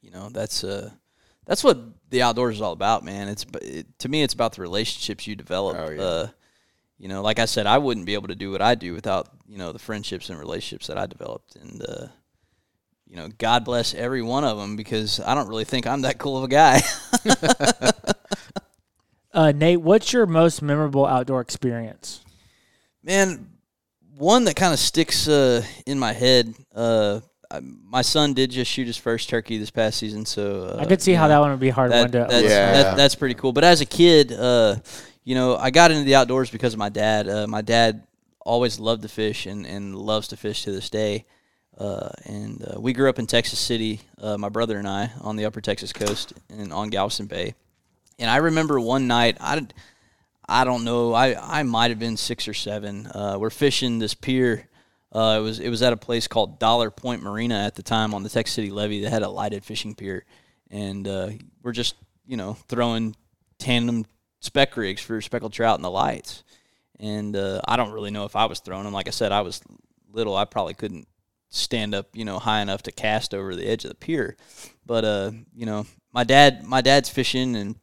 D: you know that's uh, that's what the outdoors is all about man it's it, to me it's about the relationships you develop
C: Oh, yeah.
D: uh, you know like i said i wouldn't be able to do what i do without you know the friendships and relationships that i developed and uh, you know god bless every one of them because i don't really think i'm that cool of a guy
B: Uh, Nate, what's your most memorable outdoor experience?
D: man one that kind of sticks uh, in my head uh, I, my son did just shoot his first turkey this past season so uh,
B: I could see how that one would be a hard
D: that-
B: one to.
D: that's,
C: Yeah.
D: that- that's pretty cool. But as a kid, uh, you know, I got into the outdoors because of my dad. Uh, my dad always loved to fish and, and loves to fish to this day. Uh, and uh, we grew up in Texas City, uh, my brother and I, on the upper Texas coast and on Galveston Bay. And I remember one night, I, d- I don't know, I, I might have been six or seven. Uh, we're fishing this pier. Uh, it was it was at a place called Dollar Point Marina at the time on the Texas City Levee. They had a lighted fishing pier, and uh, we're just you know throwing tandem spec rigs for speckled trout in the lights. And uh, I don't really know if I was throwing them. Like I said, I was little. I probably couldn't stand up, you know, high enough to cast over the edge of the pier. But uh, you know, my dad, my dad's fishing, and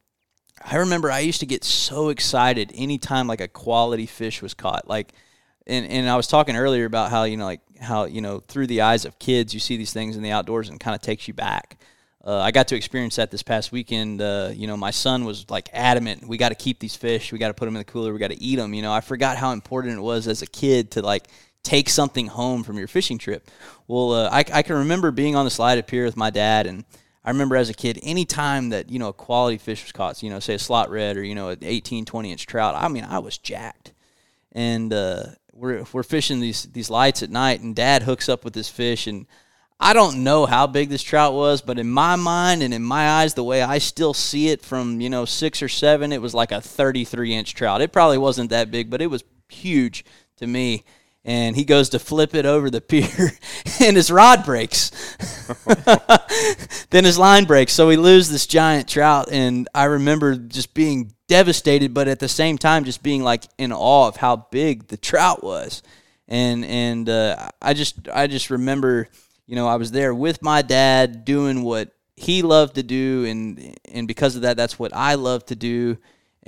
D: I remember I used to get so excited anytime like a quality fish was caught. Like, and and I was talking earlier about how you know like how you know through the eyes of kids you see these things in the outdoors and kind of takes you back. Uh, I got to experience that this past weekend. Uh, you know, my son was like adamant, "We got to keep these fish. We got to put them in the cooler. We got to eat them." You know, I forgot how important it was as a kid to like take something home from your fishing trip. Well, uh, I, I can remember being on the slide up here with my dad, and I remember as a kid, any time that you know a quality fish was caught, you know, say a slot red or you know an 18, 20 inch trout. I mean, I was jacked and uh, we're we're fishing these these lights at night, and Dad hooks up with this fish, and I don't know how big this trout was, but in my mind and in my eyes, the way I still see it from you know six or seven, it was like a thirty three inch trout. It probably wasn't that big, but it was huge to me. And he goes to flip it over the pier, and his rod breaks then his line breaks, so we lose this giant trout. And I remember just being devastated, but at the same time, just being like in awe of how big the trout was. And and uh, I just I just remember, you know, I was there with my dad doing what he loved to do, and and because of that, that's what I love to do.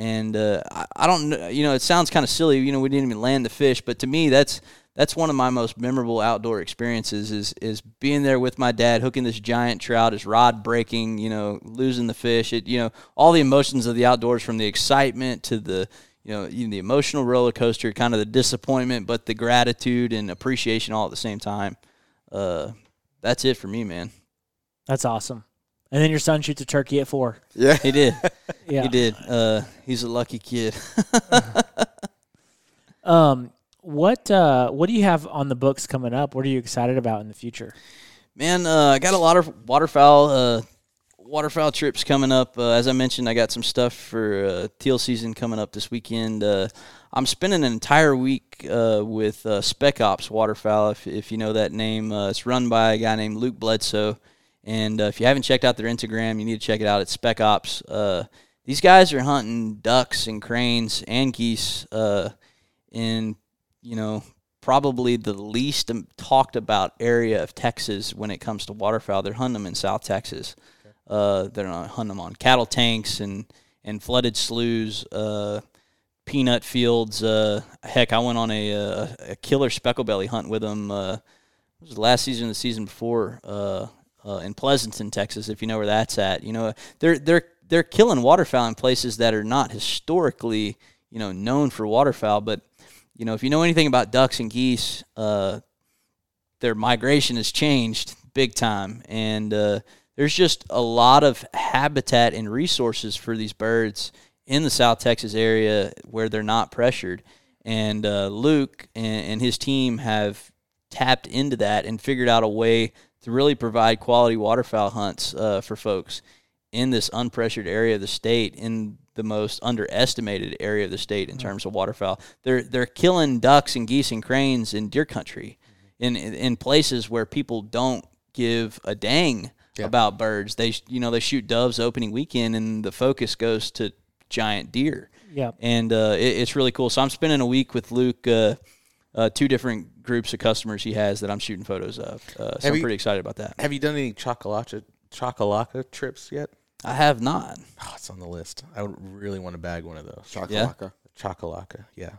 D: And uh, I, I don't know, you know, it sounds kind of silly. You know, we didn't even land the fish, but to me, that's that's one of my most memorable outdoor experiences is is being there with my dad, hooking this giant trout, his rod breaking, you know, losing the fish. It, you know, all the emotions of the outdoors, from the excitement to the you know, even the emotional roller coaster, kind of the disappointment, but the gratitude and appreciation all at the same time. Uh, that's it for me, man.
B: That's awesome. And then your son shoots a turkey at four.
C: Yeah.
D: He did.
B: Yeah.
D: He did. Uh, he's a lucky kid.
B: Um, what uh, what do you have on the books coming up? What are you excited about in the future?
D: Man, uh, I got a lot of waterfowl uh, waterfowl trips coming up. Uh, as I mentioned, I got some stuff for uh, teal season coming up this weekend. Uh, I'm spending an entire week uh, with uh, Spec Ops Waterfowl, if, if you know that name. Uh, it's run by a guy named Luke Bledsoe. And uh, if you haven't checked out their Instagram, you need to check it out. It's Spec Ops. Uh, these guys are hunting ducks and cranes and geese. Uh, in you know probably the least um, talked about area of Texas when it comes to waterfowl. They're hunting them in South Texas. Uh, they're not hunting them on cattle tanks and and flooded sloughs, uh, peanut fields. Uh, heck, I went on a, uh a killer specklebelly hunt with them. Uh, it was the last season, or the season before, uh, uh, in Pleasanton, Texas. If you know where that's at, you know they're they're they're killing waterfowl in places that are not historically you know known for waterfowl. But you know if you know anything about ducks and geese, uh, their migration has changed big time, and uh, there's just a lot of habitat and resources for these birds in the South Texas area where they're not pressured. And uh, Luke and, and his team have tapped into that and figured out a way to really provide quality waterfowl hunts uh, for folks in this unpressured area of the state, in the most underestimated area of the state in terms of waterfowl. They're they're killing ducks and geese and cranes in deer country, in in in places where people don't give a dang about birds. They sh- you know they shoot doves opening weekend, and the focus goes to giant deer
B: Yeah.
D: and uh, it, it's really cool. So I'm spending a week with Luke, uh, uh, two different groups of customers he has that I'm shooting photos of. Uh, so
E: Have
D: I'm
E: you-
D: pretty excited about that.
E: Have you done any chocolacha chocolaca trips yet?
D: I have not.
E: Oh, it's on the list. I would really want to bag one of those.
C: Chakalaka.
E: Chocolaca, yeah.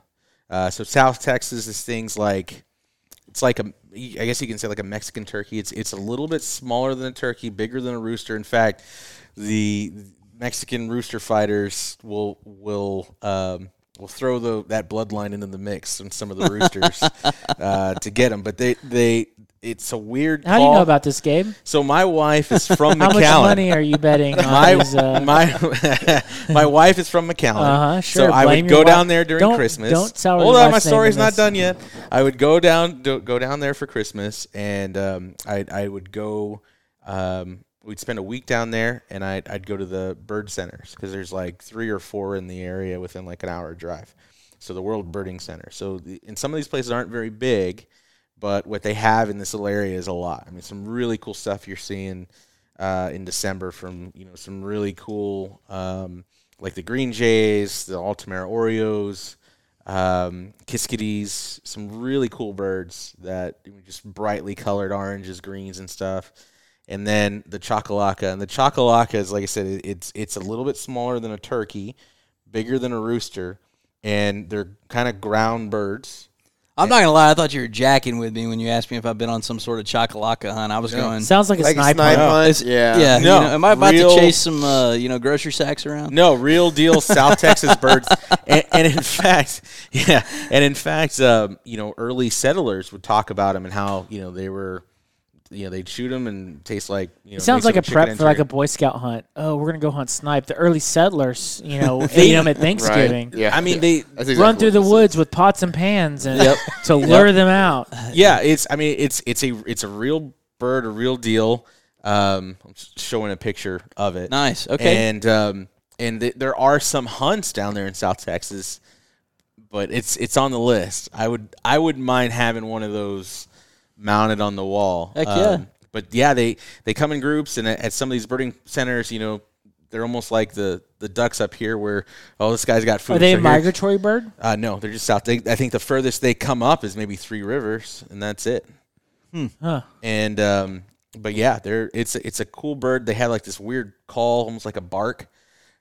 E: Uh, so South Texas is things like it's like a I guess you can say like a Mexican turkey. It's it's a little bit smaller than a turkey, bigger than a rooster. In fact, the Mexican rooster fighters will will um, will throw the that bloodline into the mix in some of the roosters uh, to get them. But they they it's a weird.
B: How do you
E: call.
B: know about this game?
E: So my wife is from
B: How much
E: McAllen
B: money are you betting on
E: my
B: these? Uh,
E: my my wife is from McAllen,
B: Uh-huh, sure,
E: so I
B: blame
E: would
B: your
E: go
B: wife.
E: down there during
B: Don't-
E: Christmas.
B: don't sour
E: Hold
B: your
E: on, my
B: wife's name
E: story's
B: in
E: not
B: this.
E: done yet. I would go down do, go down there for Christmas, and um, I I would go. Um, we'd spend a week down there, and I'd I'd go to the bird centers because there's like three or four in the area within like an hour drive. So the World Birding Center. So the, and some of these places aren't very big, but what they have in this little area is a lot. I mean, some really cool stuff you're seeing uh, in December from you know some really cool um, like the Green Jays, the Altamira Oreos, um, Kiskadees, some really cool birds that were just brightly colored oranges, greens, and stuff. And then the chocolaca, and the chocolaca is like I said, it- it's it's a little bit smaller than a turkey, bigger than a rooster, and they're kind of ground birds.
D: I'm not gonna lie. I thought you were jacking with me when you asked me if I've been on some sort of chocolaca hunt. I was going.
B: sounds like a
C: Like a
B: sniper.
C: snipe hunt.
D: yeah,
C: Yeah.
D: you
E: No,
D: know, am I about to
E: real-
D: chase some, uh, you know, grocery sacks around?
E: No, real deal South Texas birds. And, and in fact, yeah, and in fact, um, you know, early settlers would talk about them and how you know they were, you know, they'd shoot them and taste like you know.
B: It sounds
E: make
B: like a
E: some
B: prep
E: chicken
B: for like a
E: enchilada.
B: Boy Scout hunt. Oh, we're gonna go hunt snipe. The early settlers, you know, ate them at Thanksgiving.
C: Yeah.
E: I mean, they
C: That's
B: Run
C: exactly
B: through
C: what
B: the
C: this is.
B: woods with pots and pans and to lure them out.
E: yeah, it's. I mean, it's it's a it's a real bird, a real deal. Um, I'm s- showing a picture of it.
D: Nice. Okay.
E: And um, and th- there are some hunts down there in South Texas, but it's it's on the list. I would I wouldn't mind having one of those mounted on the wall. Um,
D: Heck yeah.
E: but yeah, they they come in groups, and at, at some of these birding centers, you know, they're almost like the the ducks up here, where oh, this guy's got food.
B: Are they
E: so
B: a
E: here-
B: migratory bird?
E: Uh, no, they're just south. They, I think the furthest they come up is maybe Three Rivers, and that's it.
B: Hmm. Huh.
E: And um, but yeah, they're it's it's a cool bird. They had like this weird call, almost like a bark.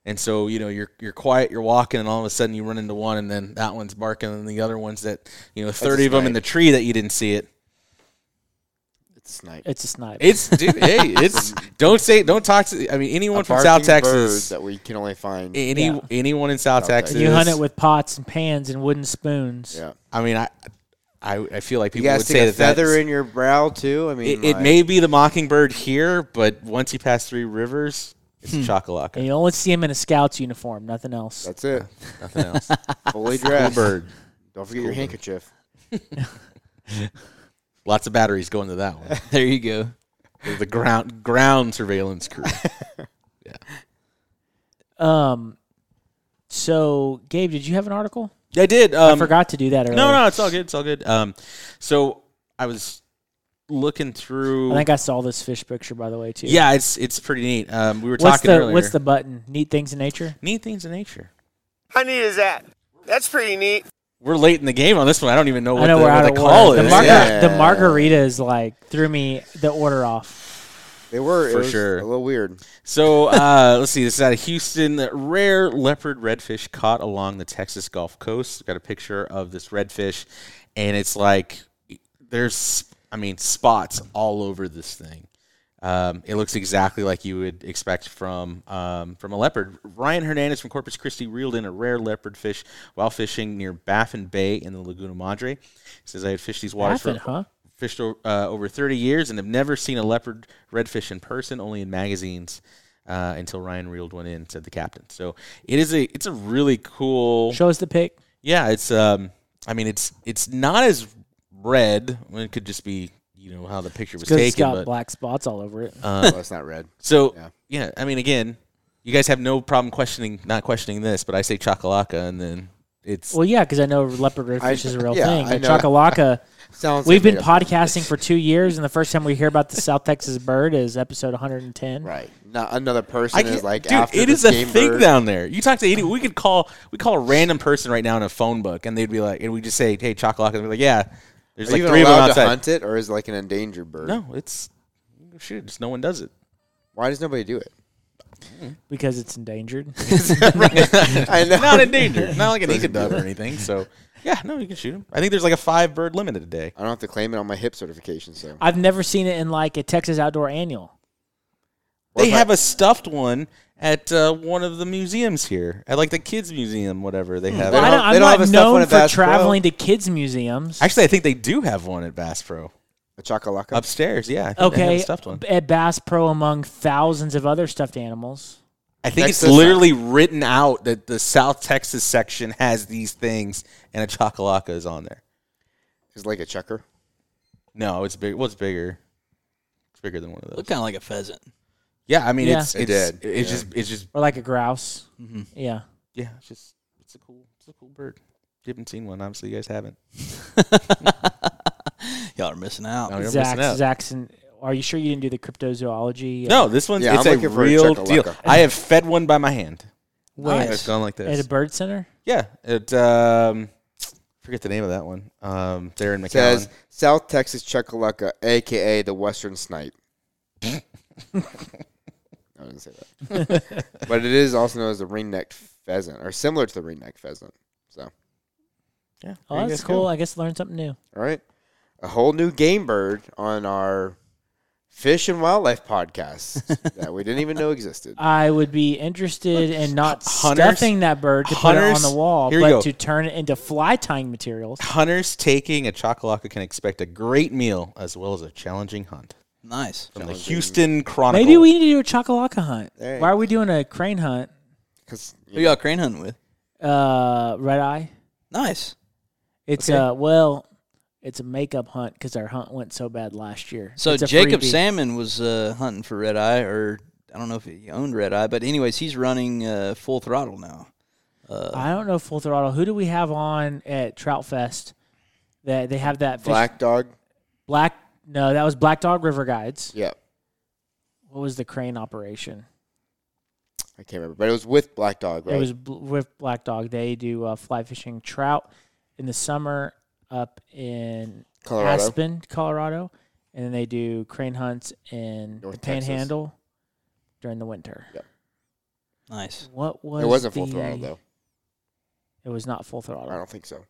E: And so you know you're you're quiet, you're walking, and all of a sudden you run into one, and then that one's barking, and the other ones that you know thirty of them in the
C: snake.
E: tree that you didn't see it.
C: It's a snipe.
B: It's a snipe.
E: It's dude, hey, it's don't say don't talk to. I mean anyone
C: A
E: from South
C: barking
E: Texas,
C: bird that we can only find.
E: any
B: Yeah.
E: anyone in South
C: South
E: Texas,
C: Texas.
B: you hunt it with pots and pans and wooden spoons.
C: yeah.
E: I mean I, I I feel like
C: You
E: people
C: guys
E: would say
C: take a
E: that that's-
C: feather in your brow too. I mean,
E: It, it
C: like-
E: may be the mockingbird here, but once you pass Three Rivers, it's a
B: And
E: chocolaca.
B: you only see him in a scout's uniform, nothing else.
C: That's it.
E: Nothing else.
C: Fully dressed.
E: bird.
C: Don't forget your handkerchief.
E: Lots of batteries going to that one.
D: There you go.
E: The ground ground surveillance crew.
B: Um, so Gabe, did you have an article?
E: I did. um,
B: I
C: Um,
B: forgot to do that earlier.
E: No, no, it's all good. It's all good. Um, so I was looking through.
B: I think I saw this fish picture by the way too.
E: yeah, it's it's pretty neat. Um, we were
B: What's
E: talking
B: the
E: earlier.
B: What's the button? Neat things in nature.
E: neat things in nature?
F: How neat is that? That's pretty neat.
E: We're late in the game on this one. I don't even know what
B: I know
E: the,
B: we're out
E: what the
B: of
E: call
B: order.
E: is.
B: The, margar-
E: Yeah.
B: the margarita is like threw me the order off.
C: They were it
E: For
C: was
E: sure.
C: A little weird.
E: So uh, let's see. This is out of Houston. Rare leopard redfish caught along the Texas Gulf Coast. Got a picture of this redfish, and it's like there's, I mean, spots all over this thing. Um, it looks exactly like you would expect from um, from a leopard. Ryan Hernandez from Corpus Christi reeled in a rare leopard fish while fishing near Baffin Bay in the Laguna Madre. He says, "I had fished these waters
B: Baffin,
E: for
B: huh?
E: fished o- uh, over 30 years and have never seen a leopard redfish in person, only in magazines. Uh, until Ryan reeled one in, said the captain. So it is a it's a really cool.
B: Show us the pic.
E: Yeah, it's um. I mean, it's it's not as red. I mean, it could just be you know how the picture was
B: 'Cause it's
E: taken.
B: got
E: But Uh,
B: black spots all over it.
E: Oh,
C: Well, that's not red.
E: so yeah.
C: Yeah.
E: I mean, again, you guys have no problem questioning not questioning this, but I say chacalaca, and then it's
B: well, yeah, because I know leopard redfish is a real
C: yeah,
B: thing.
C: I
B: But
C: know.
B: chacalaca.
C: Sounds.
B: We've been
C: like made up-
B: podcasting for two years, and the first time we hear about the South Texas bird is episode 110.
C: right. Not another person
E: I
C: is
E: can't-
C: like
E: dude,
C: after
E: it
C: this
E: is a
C: game
E: thing
C: bird.
E: down there. You talk to any, we could call, we call a random person right now in a phone book, and they'd be like, and we just say, "Hey, chocolate," and they're like, "Yeah." There's
C: Are
E: like
C: you even
E: three of them
C: allowed
E: outside.
C: to hunt it, or is it like an endangered bird?
E: No, it's shit. Just no one does it.
C: Why does nobody do it?
B: Because it's endangered.
C: I know.
E: Not endangered. Not like an echidna or anything. So yeah, no, you can shoot them. I think there's like a five bird limit a day.
C: I don't have to claim it on my hip certification. So
B: I've never seen it in like a Texas outdoor annual.
C: Or
E: They
C: if I-
E: have a stuffed one at uh, one of the museums here, at like the kids museum, whatever they have.
C: Hmm. They
B: Well, I
C: don't-
B: don't, I'm
C: they don't
B: not
C: have a stuffed one
B: known
C: at
B: for
C: Bass Pro.
B: traveling to kids' museums.
E: Actually, I think they do have one at Bass Pro
C: a chacalaca.
E: upstairs. Yeah, I think they have a
B: okay,
E: stuffed one.
B: at Bass Pro among thousands of other stuffed animals.
E: I think
C: Next
E: it's
C: to the
E: literally written out that the South Texas section has these things, and a chacalaca is on there.
C: It's like a chucker.
E: No, it's big. What's bigger? It's bigger than one of those.
D: Look kind of like a pheasant.
E: Yeah, I mean,
B: Yeah.
E: it's
C: It
E: it's
C: did,
E: it's
C: yeah.
E: just it's just
B: Or like a grouse.
E: Mm-hmm.
B: Yeah.
E: yeah, it's just it's a cool it's a cool bird. You haven't seen one, obviously. You guys haven't.
D: Y'all are missing out.
E: No, Oh, you're missing
B: Zach,
E: out.
B: Zaxon, are you sure you didn't do the cryptozoology? uh,
E: No, this one's
C: Yeah,
E: it's
C: I'm
E: a
C: looking for a
E: real
C: chacalaca.
E: deal. I have fed one by my hand.
B: Wait,
E: It's gone like
B: at
E: this.
B: a bird center?
E: yeah, it um, forget the name of that one. Um, there in McAllen.
C: Says South Texas chacalaca, aka the Western snipe. I didn't say that, but it is also known as the ring-necked pheasant, or similar to the ring-necked pheasant. So, all
E: yeah, there
B: Oh,
E: you
B: that's
E: guys
B: cool.
E: go.
B: I guess learn something new.
C: right, a whole new game bird on our fish and wildlife podcast that we didn't even know existed.
B: I would be interested in not
E: Hunters-
B: stuffing that bird to put it
E: hunters-
B: on the wall,
E: here you go.
B: but to turn it into fly tying materials.
E: Hunters taking a chacalaca can expect a great meal as well as a challenging hunt.
D: Nice.
E: From the Houston Chronicle.
B: Maybe we need to do a chacalaca hunt.
C: Hey.
B: Why are we doing a crane hunt?
C: 'Cause,
D: Who y'all crane hunting with?
B: Uh, red eye.
D: Nice.
B: It's
E: Okay.
B: uh well, it's a makeup hunt because our hunt went so bad last year.
D: So
B: It's a
D: Jacob
B: freebie.
D: Salmon was uh, hunting for red eye, or I don't know if he owned red eye, but anyways, he's running uh, full throttle now.
B: I don't know full throttle. Who do we have on at Trout Fest? That they have that fish,
C: Black dog.
B: black. No, that was Black Dog River Guides.
C: Yeah,
B: What was the crane operation?
C: I can't remember, but it was with black dog, right?
B: It was bl- with Black Dog. They do uh, fly fishing trout in the summer up in
C: Colorado.
B: Aspen, Colorado, and then they do crane hunts in
C: North
B: the
C: Texas.
B: Panhandle during the winter.
C: Yep.
D: Nice.
B: What was
C: It wasn't full
B: the-
C: throttle though.
B: It was not full throttle.
C: I don't think so.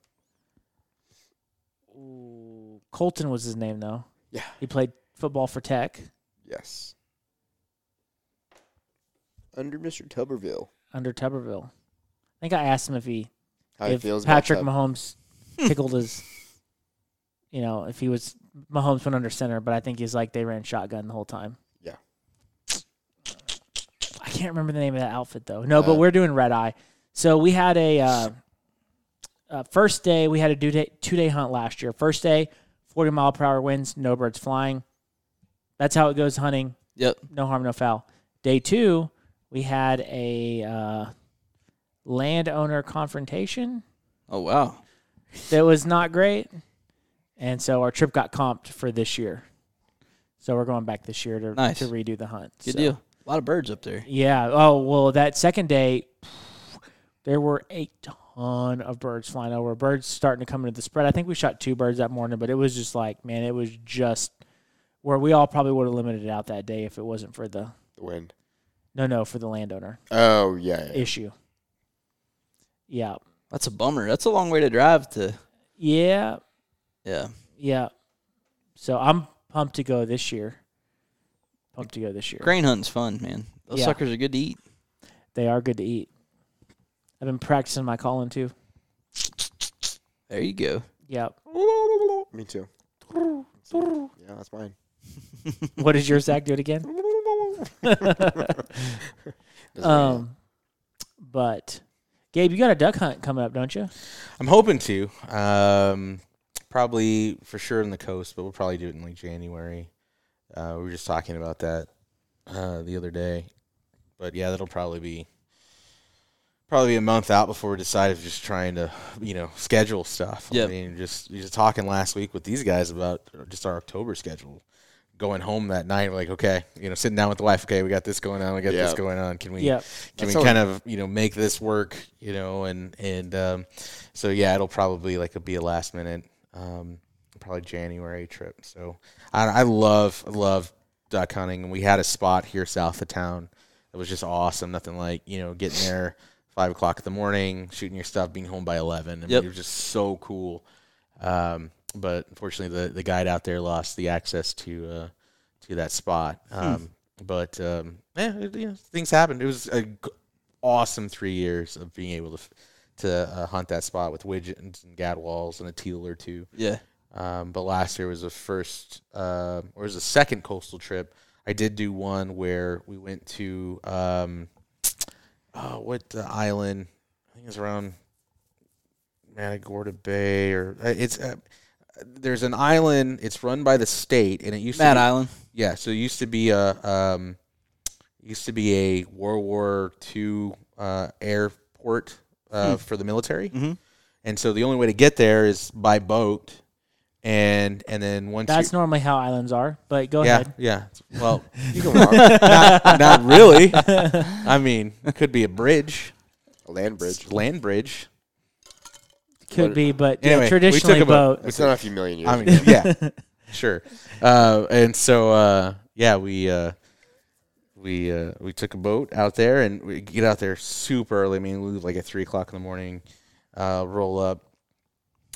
B: Ooh, Colton was his name though.
C: Yeah.
B: He played football for Tech
C: Yes. Under Mr. Tuberville.
B: under Tuberville. I think I asked him if he
C: How he
B: if
C: feels
B: Patrick
C: about
B: Mahomes tickled his, you know, if he was Mahomes went under center, but I think he's like they ran shotgun the whole time.
C: Yeah.
B: I can't remember the name of that outfit though. No, but
C: Uh,
B: we're doing red eye. So we had a uh, uh, first day. We had a two day two day hunt last year. First day, forty mile per hour winds, no birds flying. That's how it goes hunting
D: Yep.
B: no harm, no foul. Day two, we had a uh, landowner confrontation
D: Oh wow.
B: that was not great, and so our trip got comped for this year. So we're going back this year to
D: Nice.
B: to redo the hunt.
D: Good
B: So-
D: deal. A lot of birds up there.
B: Yeah. Oh well, that second day, there were a ton of birds flying over. Birds starting to come into the spread. I think we shot two birds that morning, but it was just like, man, it was just where we all probably would have limited it out that day if it wasn't for the
C: the wind.
B: no, no, for the landowner
C: Oh yeah. yeah, yeah.
B: issue. Yeah.
D: That's a bummer. That's a long way to drive to.
B: Yeah.
D: Yeah.
B: Yeah. So I'm pumped to go this year. Pumped to go this year.
D: Crane hunting's fun, man. Those
B: Yeah.
D: suckers are good to eat.
B: They are good to eat. I've been practicing my calling too.
D: There you go.
B: Yeah.
C: Me too. yeah, that's mine.
B: what is your Zach? Do it again.
C: Doesn't really-
B: um, but Gabe, you got a duck hunt coming up, don't you?
E: I'm hoping to. Um, probably for sure on the coast, but we'll probably do it in like January. Uh, we were just talking about that uh, the other day, but yeah, that'll probably be probably be a month out before we decide if just trying to you know schedule stuff.
D: Yep.
E: I mean, just just talking last week with these guys about just our October schedule. Going home that night, like okay, you know, sitting down with the wife. Okay, we got this going on. We got this
C: Yeah.
E: going on. Can we?
B: Yeah.
C: That's
E: can we
C: all-
E: kind of you know make this work you know and and um, so yeah it'll probably like be a last minute um, probably january trip so I, I love love duck hunting and we had a spot here south of town that was just awesome nothing like you know getting there five o'clock in the morning shooting your stuff being home by 11 I mean,
D: Yep.
E: it was just so cool um, but unfortunately the, the guide out there lost the access to uh, to that spot. Um, But um, yeah, it, you know, things happened. It was an awesome three years of being able to f- to uh, hunt that spot with widgeons and gadwalls and a teal or two.
D: Yeah.
E: Um, but last year was the first, uh, or it was the second coastal trip. I did do one where we went to um, oh, what the island? I think it's around Matagorda Bay, or uh, it's uh, there's an island. It's run by the state, and it used
D: Mad
E: to be,
D: Island.
E: yeah, so it used to be a um, used to be a World War II uh, airport uh, for the military, and so the only way to get there is by boat, and and then once
B: That's
E: you,
B: normally how islands are. But go
E: yeah
B: ahead.
E: yeah well
C: you can walk
E: not, not really I mean it could be a bridge
C: a land bridge.
E: land bridge
B: Could be, but yeah,
E: Anyway, we took
B: traditionally
E: a boat.
B: boat.
C: It's not a few million years.
E: I mean, yeah, sure. Uh, and so, uh, yeah, we uh, we uh, we took a boat out there, and we get out there super early. I mean, we leave like at three o'clock in the morning, uh, roll up,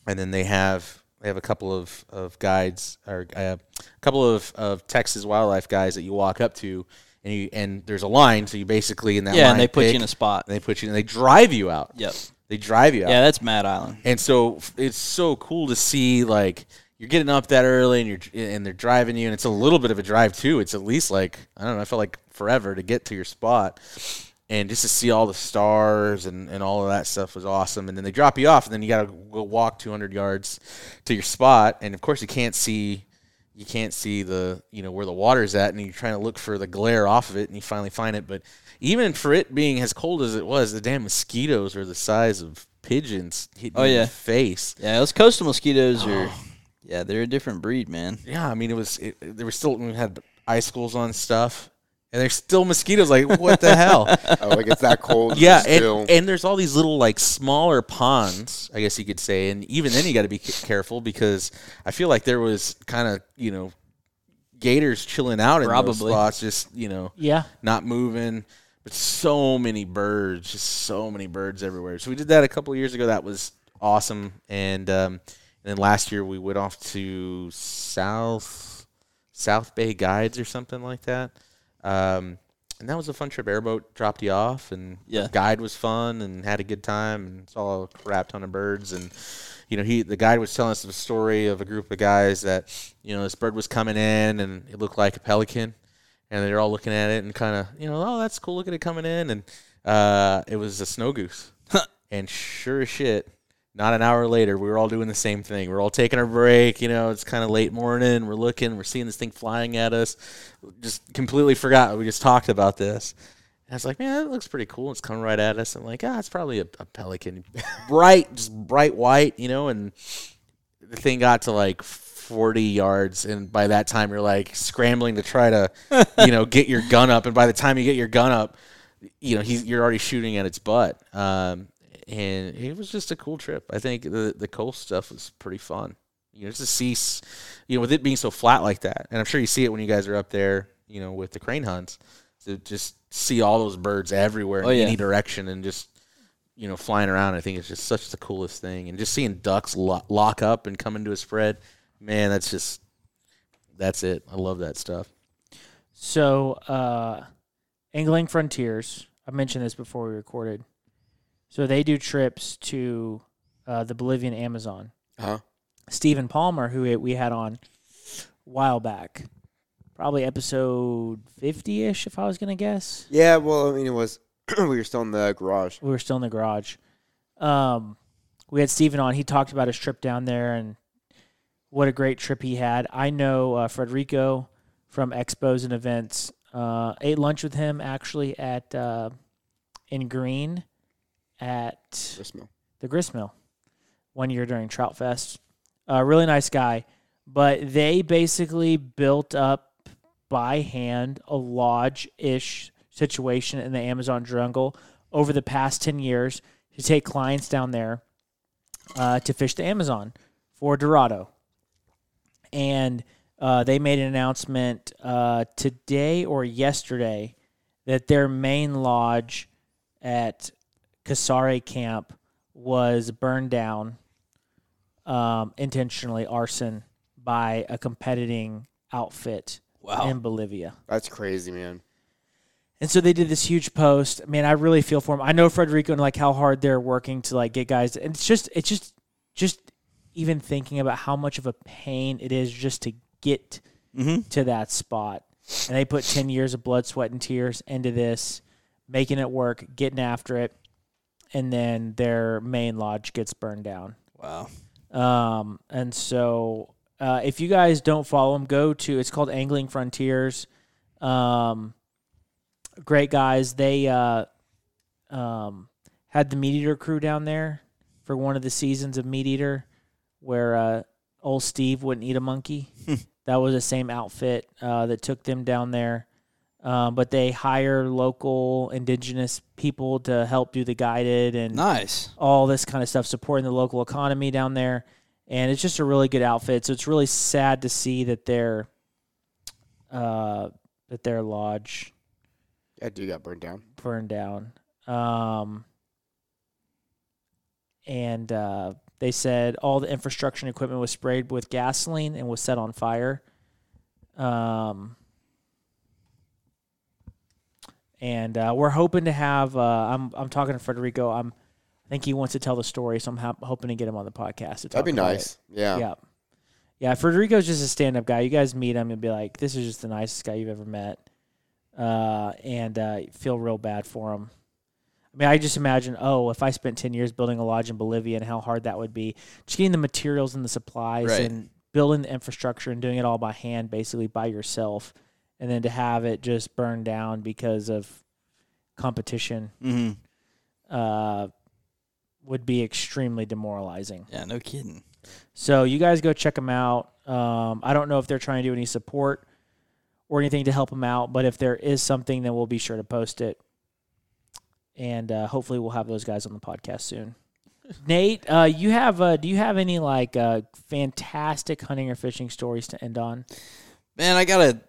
E: and then they have they have a couple of, of guides or uh, a couple of, of Texas wildlife guys that you walk up to, and you and there's a line, so you basically in that
D: Yeah,
E: line
D: and they put
E: pick,
D: you in a spot.
E: and they put you and they drive you out.
D: Yep.
E: They drive you out.
D: Yeah, that's Mad Island.
E: And so f- it's so cool to see like you're getting up that early and you're dr- and they're driving you and it's a little bit of a drive too. It's at least like I don't know, I felt like forever to get to your spot. And just to see all the stars and, and all of that stuff was awesome. And then they drop you off, and then you got to go walk 200 yards to your spot. And of course, you can't see you can't see the you know where the water's at, and you're trying to look for the glare off of it, and you finally find it. But even for it being as cold as it was, the damn mosquitoes are the size of pigeons hitting
D: Oh,
E: you in
D: yeah.
E: the face.
D: Yeah, those coastal mosquitoes are.
B: Oh.
D: Yeah, they're a different breed, man.
E: Yeah, I mean it was. It, there were still we had icicles on stuff, and there's still mosquitoes. Like what the hell?
C: oh, like it's that cold.
E: Yeah,
C: still.
E: and, and there's all these little like smaller ponds, I guess you could say, and even then you got to be c- careful because I feel like there was kind of you know gators chilling out in those
D: Probably.
E: spots, just you know,
B: Yeah.
E: not moving. But so many birds, just so many birds everywhere. So we did that a couple of years ago. That was awesome. And um, and then last year we went off to South South Bay Guides or something like that. Um, and that was a fun trip. Airboat dropped you off, and
D: Yeah.
E: guide was fun and had a good time and saw a crap ton of birds. And you know, he the guide was telling us the story of a group of guys that you know this bird was coming in and it looked like a pelican and they're all looking at it and kind of you know oh that's cool look at it coming in and uh, it was a snow goose and sure as shit not an hour later we were all doing the same thing we're all taking our break you know it's kind of late morning we're looking we're seeing this thing flying at us just completely forgot we just talked about this and I was like, man, that looks pretty cool. It's coming right at us. I'm like, ah, it's probably a, a pelican, bright, just bright white, you know. And the thing got to like 40 yards and by that time you're like scrambling to try to you know get your gun up and by the time you get your gun up you know he's, you're already shooting at its butt um, and it was just a cool trip i think the, the coast stuff was pretty fun you know just to see s- you know with it being so flat like that and i'm sure you see it when you guys are up there you know with the crane hunts to just see all those birds everywhere in
D: Oh, yeah.
E: any direction and just you know, flying around. I think it's just such the coolest thing, and just seeing ducks lo- lock up and come into a spread, man, that's just that's it. I love that stuff.
B: So, uh, Angling Frontiers, I mentioned this before we recorded. So, they do trips to uh, the Bolivian Amazon.
C: Huh?
B: Stephen Palmer, who we had on a while back, probably episode 50 ish, if I was going to guess.
C: Yeah, well, I mean, it was we were still in the garage.
B: We were still in the garage. Um, we had Steven on. He talked about his trip down there and what a great trip he had. I know uh, Frederico from expos and events. Uh, ate lunch with him actually at uh, in Green at
C: Just smell.
B: the grist mill one year during Trout Fest. Uh, really nice guy, but they basically built up by hand a lodge ish situation in the Amazon jungle over the past 10 years to take clients down there uh, to fish the Amazon for Dorado. And uh, they made an announcement uh, today or yesterday that their main lodge at Kasare Camp was burned down um, intentionally, arson by a competing outfit
D: Wow.
B: in Bolivia.
C: That's crazy, man.
B: And so they did this huge post. Man, I really feel for him. I know Frederico and like how hard they're working to like get guys. And it's just, it's just, just even thinking about how much of a pain it is just to get to that spot. And they put ten years of blood, sweat, and tears into this, making it work, getting after it, and then their main lodge gets burned down.
D: Wow.
B: Um, and so uh, if you guys don't follow him, go to it's called Angling Frontiers. Um, great guys. They uh, um, had the Meat Eater crew down there for one of the seasons of Meat Eater, where uh, old Steve wouldn't eat a monkey. that was the same outfit uh, that took them down there. Um, but they hire local indigenous people to help do the guided and
D: Nice.
B: all this kind of stuff, supporting the local economy down there. And it's just a really good outfit. So it's really sad to see that their uh, that their lodge
C: That dude got burned down.
B: burned down. Um, and uh, they said all the infrastructure and equipment was sprayed with gasoline and was set on fire. Um, and uh, we're hoping to have. Uh, I'm I'm talking to Federico. I'm. I think he wants to tell the story, so I'm hap- hoping to get him on the podcast. to
C: That'd
B: talk
C: be
B: about it.
C: nice. Yeah.
B: Yeah. Yeah, Frederico's just a stand up guy. You guys meet him and be like, this is just the nicest guy you've ever met. Uh, and uh, feel real bad for him. I mean, I just imagine, oh, if I spent 10 years building a lodge in Bolivia and how hard that would be. Just getting the materials and the supplies
D: Right.
B: and building the infrastructure and doing it all by hand, basically by yourself. And then to have it just burn down because of competition
D: Mm-hmm.
B: uh, would be extremely demoralizing.
D: Yeah. No kidding.
B: So you guys go check them out. Um, I don't know if they're trying to do any support or anything to help them out, but if there is something, then we'll be sure to post it. And uh, hopefully, we'll have those guys on the podcast soon. Nate, uh, you have uh, do you have any like uh, fantastic hunting or fishing stories to end on?
D: Man, I got a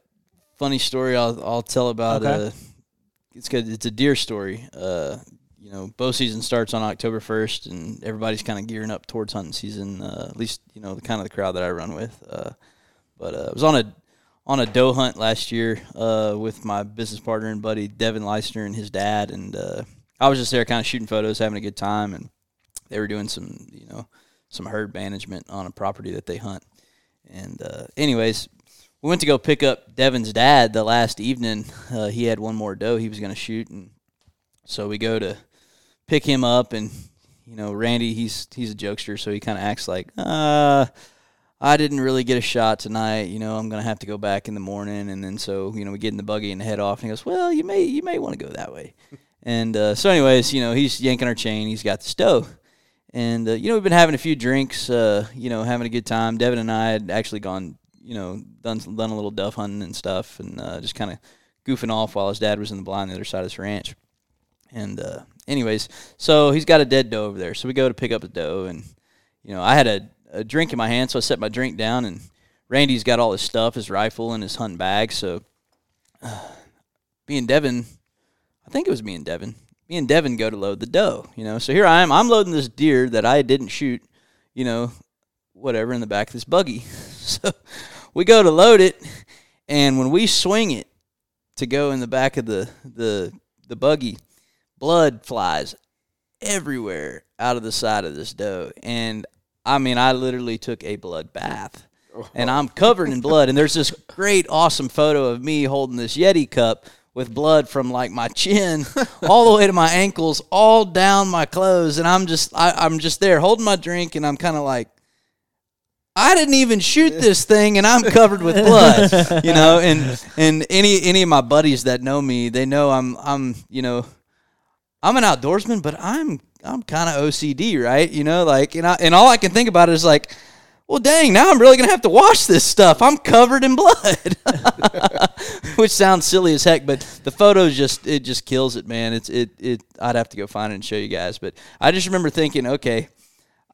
D: funny story I'll, I'll tell about.
B: Okay.
D: Uh, it's good. It's a deer story. Uh, you know, bow season starts on October first, and everybody's kind of gearing up towards hunting season. Uh, at least you know the kind of the crowd that I run with. Uh, but uh, I was on a on a doe hunt last year uh, with my business partner and buddy Devin Leisner and his dad, and uh, I was just there kind of shooting photos, having a good time, and they were doing some you know some herd management on a property that they hunt. And uh, anyways, we went to go pick up Devin's dad the last evening. Uh, he had one more doe he was going to shoot, and so we go to pick him up, and you know Randy, he's he's a jokester, so he kind of acts like, uh, I didn't really get a shot tonight. You know, I'm going to have to go back in the morning, and then so you know we get in the buggy and head off, and he goes, well, you may you may want to go that way. And uh, so, anyways, you know, he's yanking our chain. He's got the doe and uh, you know we've been having a few drinks, uh, you know, having a good time. Devin and I had actually gone, you know, done done a little duff hunting and stuff, and uh, just kind of goofing off while his dad was in the blind the other side of his ranch. And uh, anyways, so he's got a dead doe over there, so we go to pick up the doe, and you know, I had a, a drink in my hand, so I set my drink down, and Randy's got all his stuff, his rifle and his hunting bag, so. me and Devin, I think it was me and Devin. Me and Devin go to load the doe, you know. So here I am, I'm loading this deer that I didn't shoot, you know, whatever in the back of this buggy. So we go to load it, and when we swing it to go in the back of the the the buggy, blood flies everywhere out of the side of this doe, and I mean, I literally took a blood bath. And I'm covered in blood, and there's this great, awesome photo of me holding this Yeti cup with blood from like my chin all the way to my ankles, all down my clothes, and I'm just, I, I'm just there holding my drink, and I'm kind of like, I didn't even shoot this thing, and I'm covered with blood, you know. And and any any of my buddies that know me, they know I'm I'm you know I'm an outdoorsman, but I'm I'm kind of OCD, right? You know, like and I, and all I can think about is like, well, dang, now I'm really gonna have to wash this stuff. I'm covered in blood, which sounds silly as heck, but the photos just it just kills it, man. It's it it. I'd have to go find it and show you guys, but I just remember thinking, okay.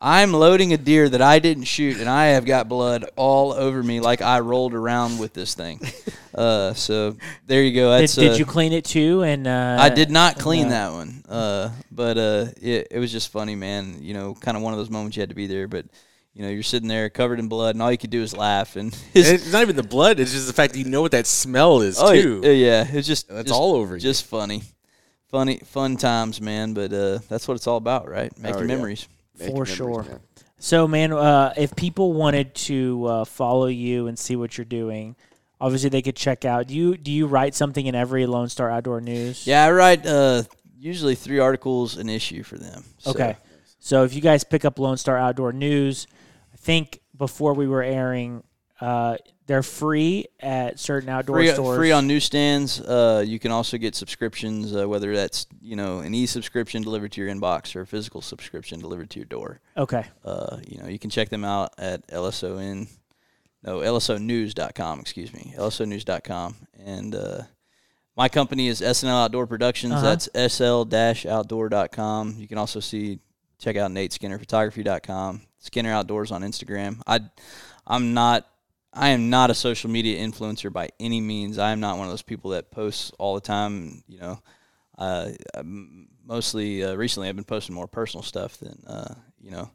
D: I'm loading a deer that I didn't shoot, and I have got blood all over me, like I rolled around with this thing. Uh, so there you go.
B: Did,
D: That's,
B: did
D: uh,
B: you clean it too? And uh,
D: I did not clean that one, uh, but uh, it, it was just funny, man. You know, kind of one of those moments you had to be there, but you know, you're sitting there covered in blood, and all you could do is laugh. And his,
E: And it's not even the blood. It's just the fact that you know what that smell is
D: oh
E: too.
D: yeah, yeah, it's just
E: That's
D: just-
E: all over you.
D: Just funny, funny, fun times, man. But uh, that's what it's all about, right? Making
E: Oh,
C: yeah.
D: memories.
C: Making
B: for
C: memories,
B: sure.
C: man.
B: So, man, uh, if people wanted to uh, follow you and see what you're doing, obviously they could check out. Do you do you write something in every Lone Star Outdoor News?
D: Yeah, I write uh, usually three articles an issue for them. So-
B: Okay. So if you guys pick up Lone Star Outdoor News, I think before we were airing, uh, they're free at certain outdoor
D: free, uh,
B: stores.
D: free on newsstands. Uh, you can also get subscriptions, uh, whether that's you know an e-subscription delivered to your inbox or a physical subscription delivered to your door.
B: Okay.
D: Uh, you know, you can check them out at lson, no lsonews.com. Excuse me, lsonews.com. And uh, my company is SNL Outdoor Productions. That's sl-outdoor.com. You can also see check out Nate Skinner Photography.com, Skinner Outdoors on Instagram. I, I'm not. I am not a social media influencer by any means. I am not one of those people that posts all the time. You know, uh, I'm mostly uh, recently I've been posting more personal stuff than uh, you know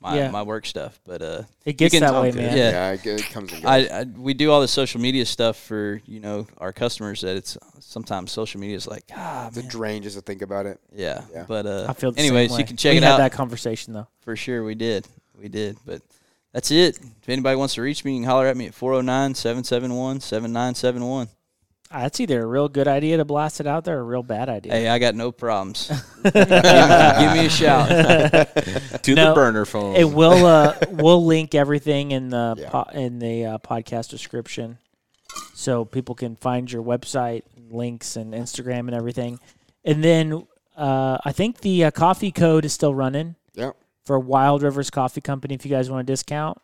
D: my
B: Yeah.
D: my work stuff. But uh, you
B: It gets
D: can-
B: that way,
D: Okay.
B: man.
D: Yeah,
C: Yeah, it, it comes and goes.
D: I, I we do all the social media stuff for you know our customers. That it's sometimes social media is like ah
C: it's a drain just to think about it.
D: yeah.
C: Yeah.
D: But uh,
B: I feel the same
D: anyways,
B: way.
D: you can check
B: we
D: it
B: had
D: out
B: that conversation though.
D: for sure. We did, we did. But that's it. If anybody wants to reach me, you can holler at me at 409-771-7971.
B: Ah, That's either a real good idea to blast it out there or a real bad idea.
D: Hey, I got no problems. give, me, give me a shout.
E: to
B: No,
E: the burner phone.
B: It will. Uh, we'll link everything in the
C: Yeah.
B: po- in the uh, podcast description, so people can find your website, links, and Instagram and everything. And then uh, I think the uh, coffee code is still running
C: Yeah.
B: for Wild Rivers Coffee Company. If you guys want a discount,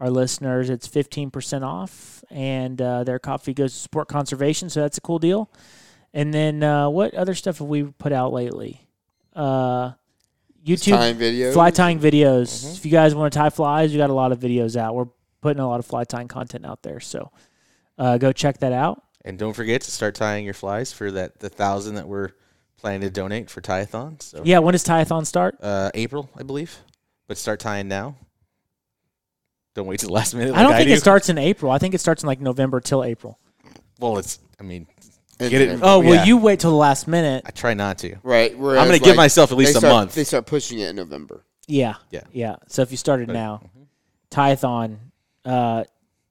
B: our listeners, it's fifteen percent off, and uh, their coffee goes to support conservation. So that's a cool deal. And then uh, what other stuff have we put out lately? Uh, YouTube
C: Time video.
B: fly tying videos. If you guys want to tie flies, we got a lot of videos out. We're putting a lot of fly tying content out there. So Uh, go check that out.
E: And don't forget to start tying your flies for that the thousand that we're planning to donate for Tyathon. So
B: Yeah, when does Tyathon start?
E: uh, April, I believe. But start tying now. Don't wait till the last minute.
B: I don't
E: like
B: think
E: do.
B: it starts in April. I think it starts in like November till April.
E: Well, it's. I mean,
C: It's
E: get it.
C: in-
B: Oh, well,
E: yeah.
B: you wait till the last minute.
E: I try not to.
C: Right. whereas,
E: I'm gonna give myself at
C: they
E: least a
C: start-
E: month.
C: They start pushing it in November.
B: Yeah.
E: Yeah. mm-hmm.
B: Yeah. So if you started now, Tyathon, uh,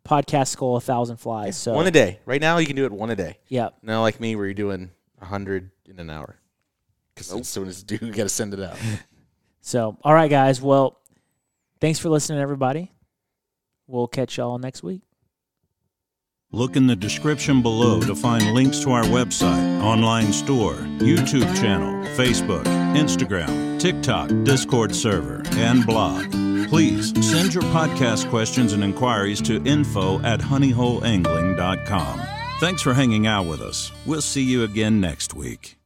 B: podcast skull, a thousand flies. So
E: One a day. Right now, you can do it one a day.
B: yeah.
E: Not like me, where you're doing hundred in an hour. Because as soon as it's due, you got to send it out.
B: So all right, guys. Well, thanks for listening, everybody. We'll catch y'all next week.
A: Look in the description below to find links to our website, online store, YouTube channel, Facebook, Instagram, TikTok, Discord server, and blog. Please send your podcast questions and inquiries to info at honeyholeangling.com. Thanks for hanging out with us. We'll see you again next week.